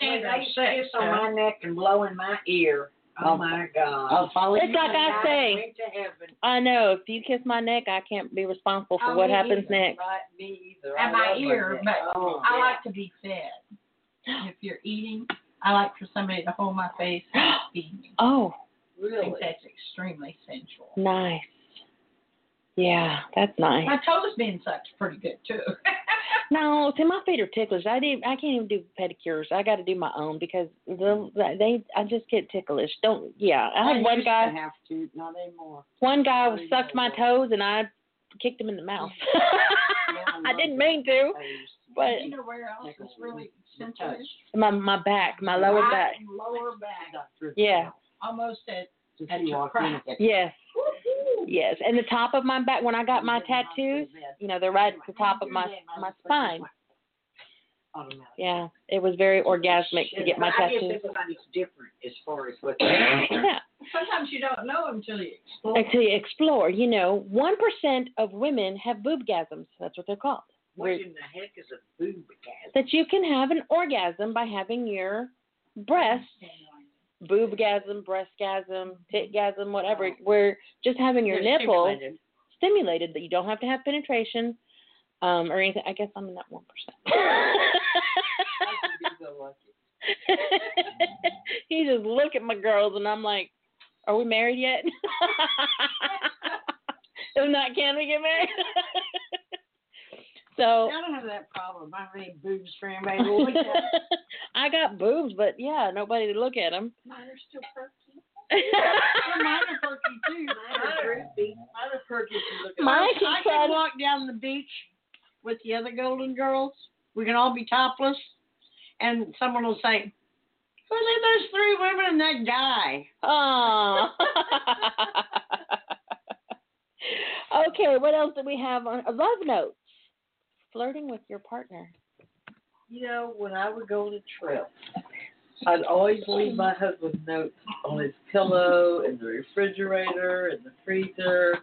when
standard
they
sex.
kiss on my neck and blow in my ear, oh my God.
I'll follow
It's
you.
like I say.
Went to heaven.
I know if you kiss my neck, I can't be responsible for
Oh,
what
me
happens
either.
next.
Right, me either. I
at my
love
ear,
neck.
but
Oh,
I
yeah.
like to be fed. If you're eating, I like for somebody to hold my face and feed me.
Oh,
I think
really.
that's extremely sensual.
nice. Yeah, that's nice.
My toes being sucked pretty good too.
No, see, my feet are ticklish. I did. I can't even do pedicures. I got to do my own because the, they. I just get ticklish. Don't. Yeah, I had one
used to
guy.
have to, not anymore.
One guy
I used
sucked
to
my
have-
toes, and I kicked him in the mouth. I
love
didn't
that.
mean to,
I used to-
you
but
know where else is really sensual?
my my back, my lower
Right
back.
and Lower back,
Doctor-
Yeah.
almost at
Since
At
you
your
walked in,
crack.
it's-
Yes, yes, and the top of my back. When I got my tattoos, you know, they're right at the top of my my spine.
Automatic.
Yeah, it was very orgasmic to get my
I guess
tattoos.
everybody's different as far as what.
Yeah.
Sometimes you don't know until you explore.
until you explore. You know, one percent of women have boobgasms. That's what they're called.
What
Where-
in the heck is a boob gas?
that you can have an orgasm by having your breast boobgasm, breastgasm, titgasm, whatever, where just having your
They're
nipple
stimulated.
stimulated that you don't have to have penetration um, or anything. I guess I'm in that one
I
percent.
could be so lucky.
he just look at my girls and I'm like, Are we married yet? if not, can we get married?
I
so
don't have that problem. I read boobs for anybody to look at.
I got boobs, but yeah, nobody to look at them.
Mine are still perky.
Mine are perky too.
Mine are droopy.
Mine are perky if you look at
Mine
them.
can
I
try
can
to-
walk down the beach with the other golden girls. We can all be topless, and someone will say, "Who are those three women and that guy?"
Aww. okay, what else do we have on uh, love notes? Flirting with your partner.
You know, when I would go on a trip, I'd always leave my husband notes on his pillow, in the refrigerator, in the freezer.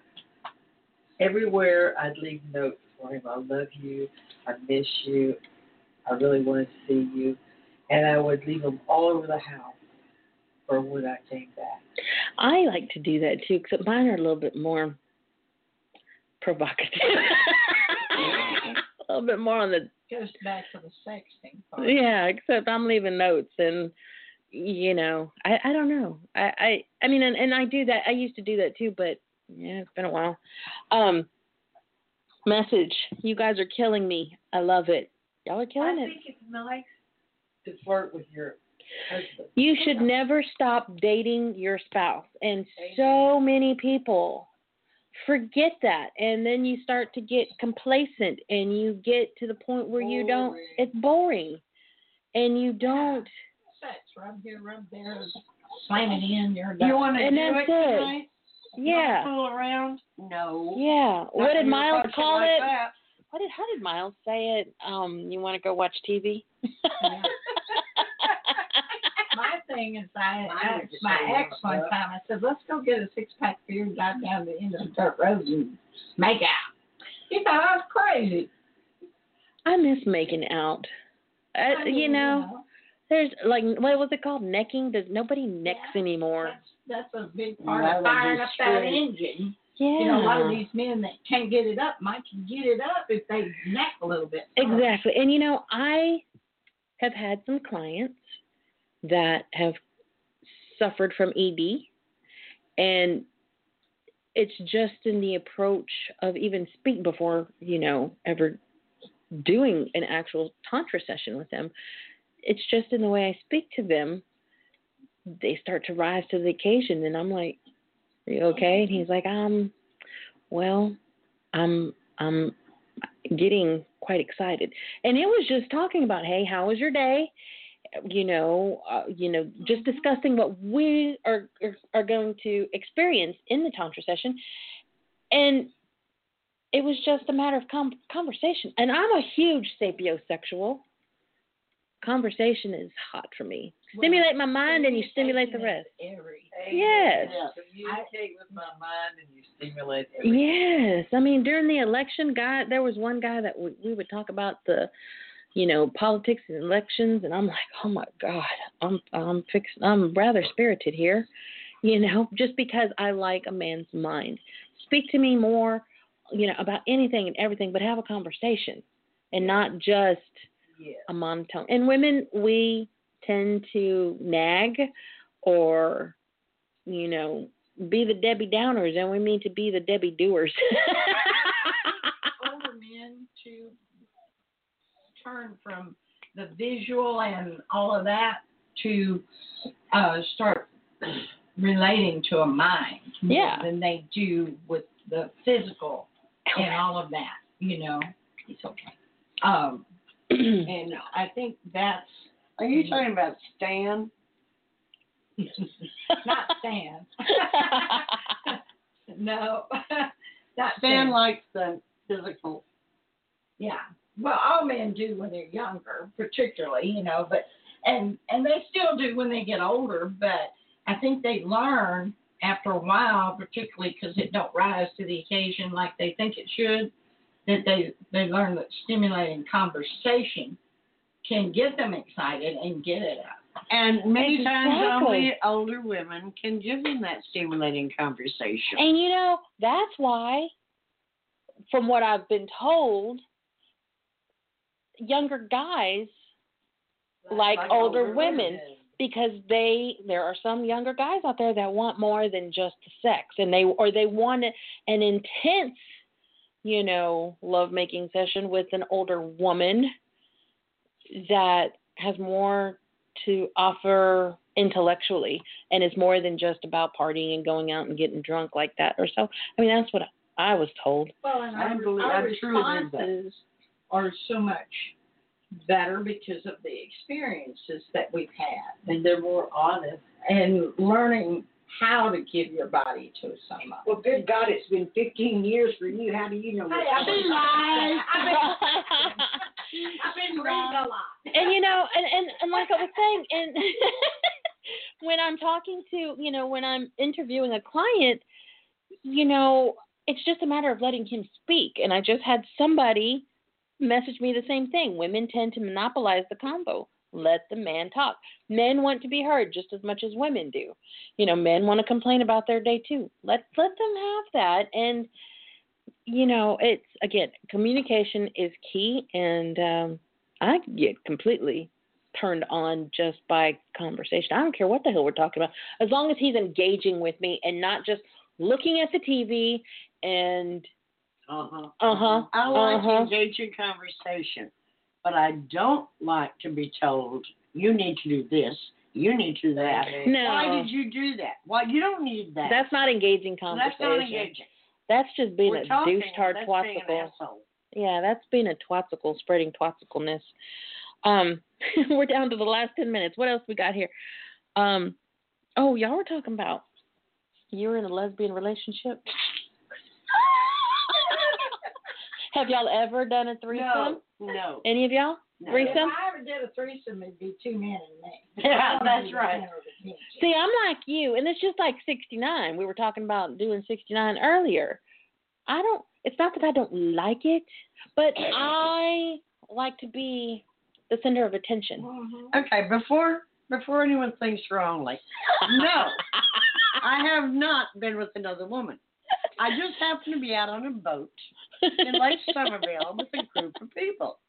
Everywhere I'd leave notes for him. I love you. I miss you. I really want to see you. And I would leave them all over the house for when I came back.
I like to do that too, except mine are a little bit more provocative. a little bit more on the
Goes back to the sexting part.
yeah, except I'm leaving notes and you know, I I don't know. I I I mean and, and I do that. I used to do that too, but yeah, it's been a while. Um message. You guys are killing me. I love it. Y'all are
I
killing it.
think it's nice to flirt with your husband.
You should never stop dating your spouse. And so many people forget that. And then you start to get complacent and you get to the point where you don't, it's boring. And you don't,
Sex, rub here, rub there, slam it in, you're done.
You want to
And
do
that's
it
it.
tonight? You wanna
yeah,
Fool around? No.
yeah. What
Not
did
when you're
Miles
approaching
call
like
it?
that.
What did, how did Miles say it? Um, you want to go watch TV?
my thing is I
Mine
I-
was just
my
really
ex one
rough.
time I said, Let's go get a six pack beer, drive down the end of the dirt road and make out. He thought I was crazy.
I miss making out.
I
Uh,
mean,
you know, there's like, what was it called? Necking? Does nobody necks anymore?
that's that's a big part
That
of
would
firing
be
up that
scary.
engine.
Yeah.
You know, a lot of these men that can't get it up might can get it up if they neck a little bit.
Exactly. And you know, I have had some clients that have suffered from ED, and it's just in the approach of even speak before you know ever doing an actual tantra session with them. It's just in the way I speak to them. They start to rise to the occasion, and I'm like, "Are you okay?" And he's like, "Um, well, I'm I'm getting quite excited." And it was just talking about, "Hey, how was your day?" you know, uh, you know, just discussing what we are, are are going to experience in the tantra session, and it was just a matter of com- conversation. And I'm a huge sapiosexual. Conversation is hot for me. Stimulate my mind, and you stimulate the rest. Yes.
Yeah, communicate with my mind and you stimulate everything.
Yes, I mean during the election, guy, there was one guy that we, we would talk about the, you know, politics and elections, and I'm like, oh my god, I'm I'm fixing, I'm rather spirited here, you know, just because I like a man's mind. Speak to me more, you know, about anything and everything, but have a conversation, and not just
Yeah.
a monotone. And women, we tend to nag or, you know, be the Debbie Downers, and we mean to be the Debbie Doers.
older men to turn from the visual and all of that to uh, start relating to a mind more
Yeah.
than they do with the physical and all of that. You know, it's okay. Um, and I think that's
Are you talking about Stan?
not Stan. no, not
Stan likes the physical.
Yeah. Well, all men do when they're younger, particularly, you know, but and and they still do when they get older, but I think they learn after a while, particularly because it don't rise to the occasion like they think it should, that they they learn that stimulating conversation can get them excited and get it up.
And many times
Exactly.
only older women can give him that stimulating conversation.
And you know, that's why, from what I've been told, younger guys like, older, women, because they there are some younger guys out there that want more than just the sex and they or they want a- an intense, you know, love making session with an older woman that has more to offer intellectually and is more than just about partying and going out and getting drunk like that or so. I mean, that's what I was told.
Well, and
I
our,
believe-
our
I truly believe that.
responses are so much better because of the experiences that we've had,
And they're more honest.
and learning how to give your body to someone.
Well, good God, it's been 15 years for you. How do you know? what's
I've
going
been
on?
lies.
and
I've been reading a lot.
you know, and, and and like I was saying, and when I'm talking to, you know, when I'm interviewing a client, you know, it's just a matter of letting him speak. And I just had somebody message me the same thing. Women tend to monopolize the combo. Let the man talk. Men want to be heard just as much as women do. You know, men want to complain about their day too. Let let them have that. And you know, it's again, communication is key. And um, I get completely turned on just by conversation. I don't care what the hell we're talking about, as long as he's engaging with me and not just looking at the TV and
Uh-huh.
uh huh.
I like
Uh-huh.
to engage in conversation, but I don't like to be told, you need to do this, you need to do that.
No,
Why did you do that? Well, you don't need that.
that's not engaging conversation.
That's not engaging.
That's just being
We're
a
talking,
douche tard
that's being an
twatsicle.
asshole.
Yeah, that's being a twatsicle, spreading twitsicalness. Um, we're down to the last ten minutes. What else we got here? Um, oh, y'all were talking about you were in a lesbian relationship. Have y'all ever done a threesome?
No, no.
Any of y'all?
no.
If
Threesome?
I ever did a threesome, it'd be two men and me.
Yeah, Uh, that's right.
See, I'm like you, and it's just like 69. We were talking about doing 69 earlier. I don't, it's not that I don't like it, but I like to be the center of attention.
Okay, before before anyone thinks wrongly, no, I have not been with another woman. I just happened to be out on a boat in Lake Somerville with a group of people,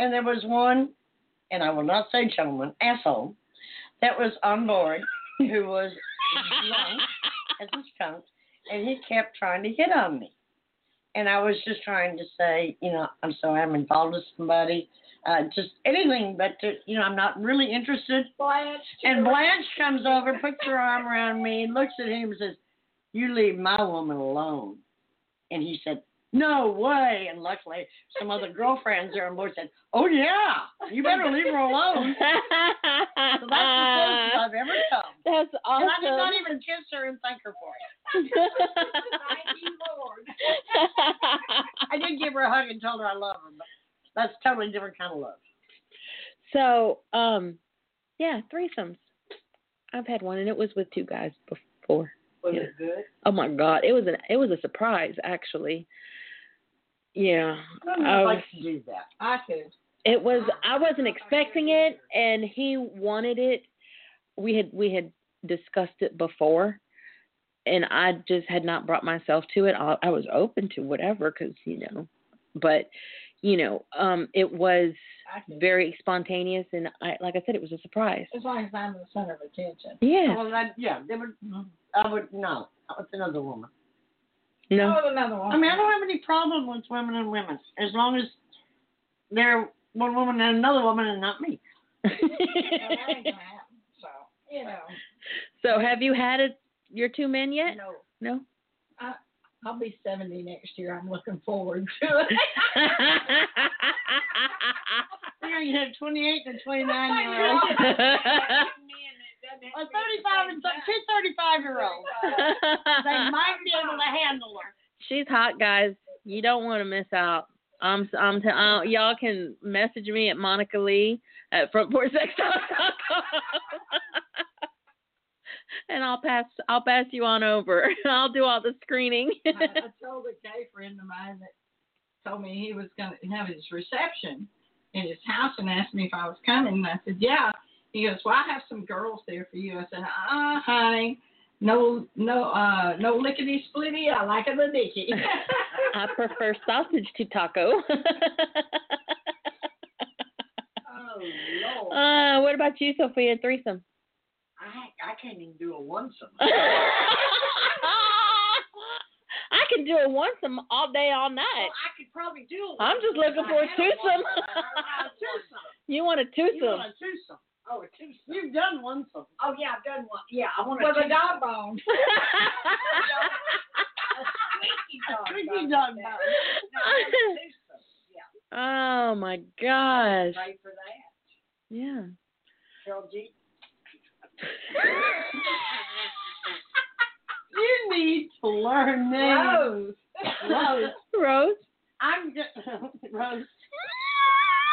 and there was one, and I will not say gentleman, asshole, that was on board, who was drunk as a skunk, and he kept trying to hit on me. And I was just trying to say, you know, I'm sorry, I'm involved with somebody, uh, just anything, but to, you know, I'm not really interested.
Blanche.
And Blanche comes over, puts her arm around me, looks at him, and says, "You leave my woman alone." And he said, "No way!" And luckily, some other girlfriends there on board said, "Oh yeah, you better leave her alone." So Oh. that's the closest I've ever come.
That's
And I did not
awesome.
even kiss her and thank her for it.
Thank you, Lord.
I did give her a hug and told her I love her, but that's totally different kind of love.
so, um, yeah, threesomes. I've had one, and it was with two guys before.
Was
Yeah.
it good?
Oh my God, it was an it was a surprise actually. Yeah,
I don't know
Oh.
if I like to do that.
I could.
it was. I wasn't expecting it, and he wanted it. We had we had discussed it before, and I just had not brought myself to it. I, I was open to whatever, because you know, but you know, um, it was
I could.
very spontaneous, and I like I said, it was a surprise.
As long as I'm the center of attention.
Yeah,
Well, that, yeah, they would. I would no. It's another woman.
no,
Oh, another one.
I mean, I don't have any problem with women and women as long as they're one woman and another woman and not me.
Well, that ain't gonna happen. So, you know,
so have you had it? Your two men yet?
no.
No.
I'll be 70 next year. I'm looking forward to it.
You know, you have 28 and 29
I
year olds.
know.
Or 35 and some- two 35 year olds.
Uh,
They might be able to handle her.
She's hot, guys. You don't want to miss out. I'm, I'm t- uh, y'all can message me at Monica Lee at frontportsex.com. and I'll pass I'll pass you on over. I'll do all the screening.
I told a gay friend of mine that told me he was going to have his reception in his house and asked me if I was coming. And I said, yeah. He goes, well, I have some girls there for you. I said, uh, honey, no, no, uh, no lickety splitty. I like it a dicky.
I prefer sausage to taco.
Oh Lord,
uh, what about you, Sophia? Threesome.
I I can't even do a onesome.
I can do it once a m- all day, all
Well,
night.
I could probably do. a
I'm just
onesome if
looking
I
for a
had
twosome.
one. A twosome.
You want a
You want
twosome?
a twosome.
Oh, a twosome.
You've done one some.
Oh yeah, I've done one. Yeah, I want a
With a
twosome.
dog bone.
A squeaky
Squeaky
dog.
dog
bone.
bone.
No, I want a twosome.
oh my gosh!
Pray for that.
Yeah.
Cheryl G.
You need to learn names.
Rose.
Rose.
Rose.
I'm go- Rose.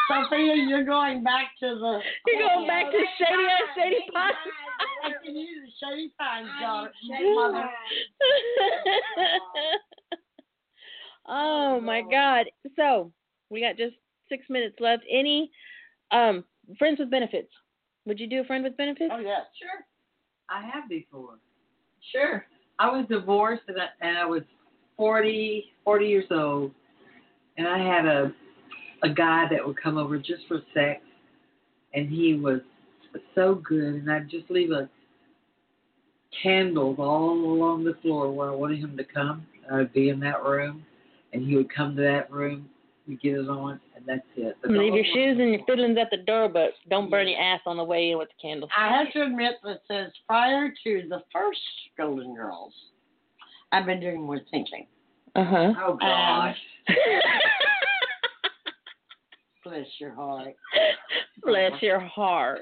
Sophia, you're going back to the.
You're going back to shady ass shady pot.
I can use the Shady Pines daughter.
Shady
mother.
oh my god! So we got just six minutes left. Any um friends with benefits? Would you do a friend with benefits?
Oh yes.
Sure.
I have before.
Sure.
I was divorced and I, and I was 40, 40 years old, and I had a a guy that would come over just for sex, and he was so good, and I'd just leave a candles all along the floor where I wanted him to come. I'd be in that room, and he would come to that room. We get it on, and that's it. That's
Leave
all
your
I
shoes
wanted.
and your fiddlings at the door, but don't burn your ass on the way in with the candle.
I have to admit that since prior to the first Golden Girls, I've been doing more thinking. Um,
Uh huh.
Oh gosh.
Bless your heart.
Bless your heart.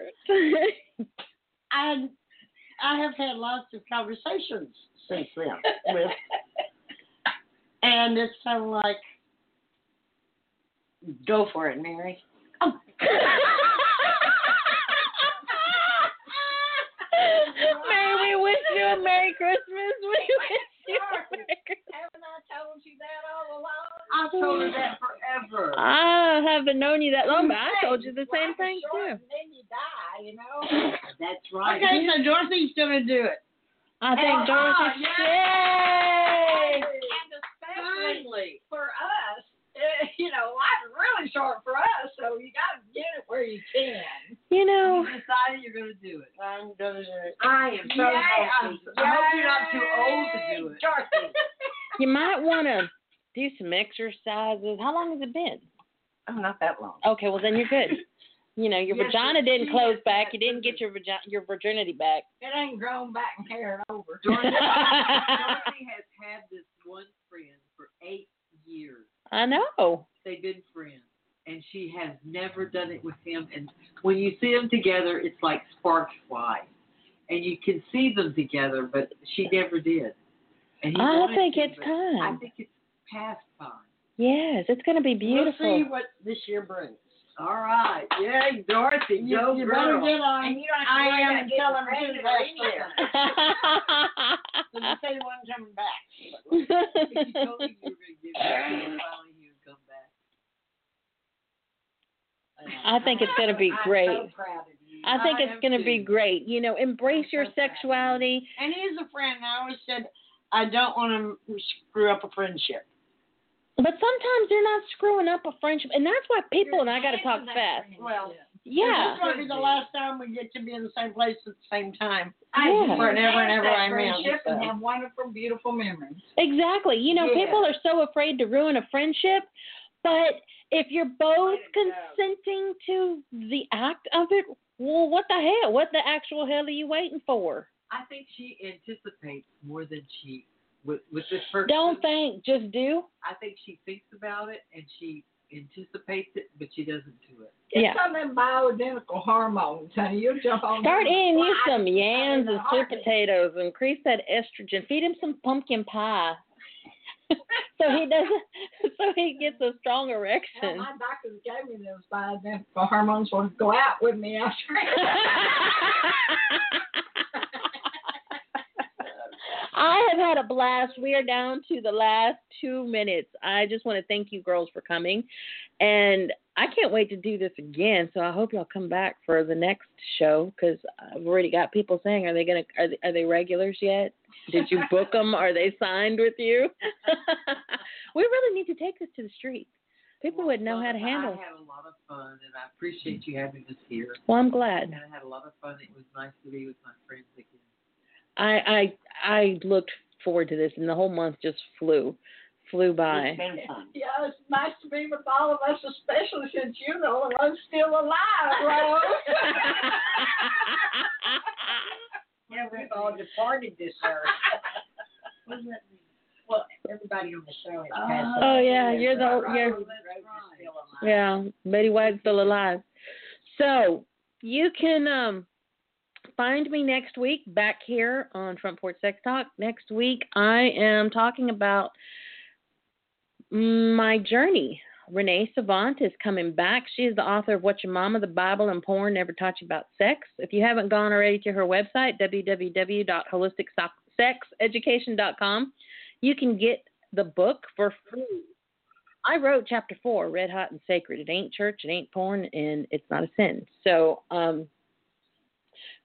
And I have had lots of conversations since then with, and it's kind of like, go for it, Mary.
Mary, we wish you a Merry Christmas. We wish you a Merry Christmas.
Haven't I told you that all along?
I told her that forever.
I haven't known you that long, but I told you the same
Life is
thing
short
too.
And then you die, you know.
That's right.
Okay, so Dorothy's gonna do it.
I think Dorothy. Yay!
uh, and especially for us, eh, you know, life's really short for us, so you got to get it where you can.
You know,
You decided you're going to do it.
I'm gonna do it.
I am Yay,
so
I'm-
healthy. I hope you're not too old to do
Yay,
it.
Dorothy.
You might want to do some exercises. How long has it been?
Oh, not that long.
Okay, well then you're good. You know, your
Yes,
vagina
it's-
didn't
she
close
has
back.
that
You didn't get your vagina, your virginity back.
It ain't grown back and carried over.
Dorothy has had this one friend for eight years.
I know.
They've been friends, and she has never done it with him. And when you see them together, it's like sparks fly, and you can see them together, but she never did. And he
I
wanted
think
to,
it's
but I
time.
think it's past time.
Yes, it's going to be
We'll
beautiful.
see what this year brings.
All right, yay, Dorothy,
You,
go
you better
girl.
get on.
And you don't have to
I
worry
am
about getting
telling
pregnant
you
or
last
anything.
year.
Did you say one coming back?
you told me you were going to give it back, and finally you come back.
I think it's going to be
I'm
great.
so proud of you.
I think
I
it's
am
going to be
too.
great. You know, embrace your sexuality.
And he's a friend. I always said I don't want to screw up a friendship.
But sometimes they're not screwing up a friendship, and that's why people and I got to talk fast.
Well,
Yeah,
This will be the last time we get to be in the same place at the same time.
I
Yeah.
Forever and ever,
that
amen.
friendship
And
and
have wonderful, beautiful memories.
exactly. You know,
Yeah.
people are so afraid to ruin a friendship, but if you're both
it go.
consenting to the act of it, well, what the hell? What the actual hell are you waiting for?
I think she anticipates more than she with with this person.
Don't think, just do.
I think she thinks about it and she anticipates it, but she doesn't do it.
Get
Yeah.
some of them bioidentical hormones, honey. You'll jump on
Start
them.
eating you
Why?
some yams and sweet
Heartbeat.
potatoes. Increase that estrogen. Feed him some pumpkin pie. so he doesn't. So he gets a strong
Hell,
erection.
my doctors gave me those bioidentical hormones. Will go out with me after.
I have had a blast. We are down to the last two minutes. I just want to thank you girls for coming. And I can't wait to do this again. So I hope y'all come back for the next show because I've already got people saying, are they going to, are they, are they regulars yet? Did you book them? Are they signed with you? we really need to take this to the street. People would know how to handle
I
it.
had a lot of fun, and I appreciate you having us here.
Well, I'm
And
glad.
I had a lot of fun. It was nice to be with my friends again.
I I I looked forward to this, and the whole month just flew, flew by.
It's been fun.
yeah, it's nice to be with all of us, especially since you know and I'm still alive, Rose.
Yeah, we've all departed this earth. Wasn't it? Well, everybody on the show has passed.
oh yeah, you're the you're
Rose is still alive.
yeah Betty White's still alive. So you can um find me next week back here on Front Porch Sex Talk. Next week I am talking about my journey. Renee Savant is coming back. She is the author of What Your Mama, the Bible, and Porn Never Taught You About Sex. If you haven't gone already to her website, www.holisticsexeducation.com, you can get the book for free. I wrote chapter four, Red Hot and Sacred. It ain't church, it ain't porn, and it's not a sin. So um,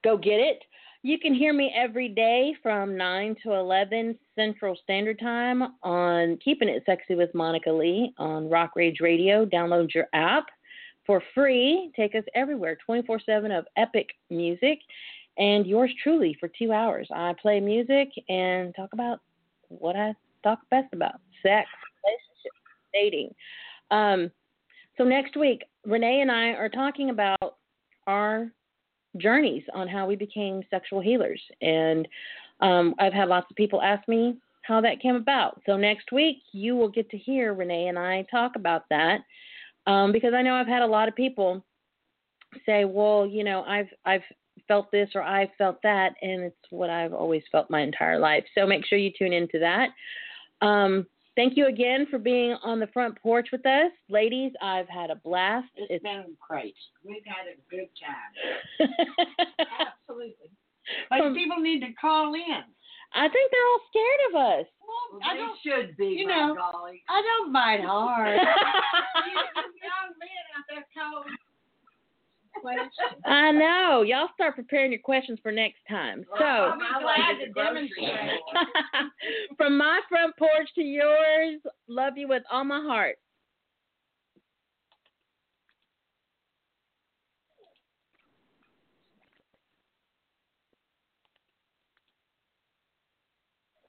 go get it. You can hear me every day from 9 to 11 Central Standard Time on Keeping It Sexy with Monica Lee on Rock Rage Radio. Download your app for free. Take us everywhere 24 7 of epic music. And yours truly for two hours. I play music and talk about what I talk best about sex, relationships, dating. Um, so next week, Renee and I are talking about our journeys on how we became sexual healers. And um, I've had lots of people ask me how that came about. So next week, you will get to hear Renee and I talk about that um, because I know I've had a lot of people say, "Well, you know, I've I've felt this or I've felt that," and it's what I've always felt my entire life. So make sure you tune into that. Um, thank you again for being on the front porch with us, ladies. I've had a blast.
It's been great.
We've had a good time.
It's-
Absolutely.
But
Um,
people need to call in.
I think they're all scared of us.
Well,
Well,
I
they
don't.
should be,
you
my
know.
golly.
I don't bite hard.
You young men out there calling questions.
I know. Y'all start preparing your questions for next time. So,
I'll be glad to demonstrate.
from my front porch to yours, love you with all my heart.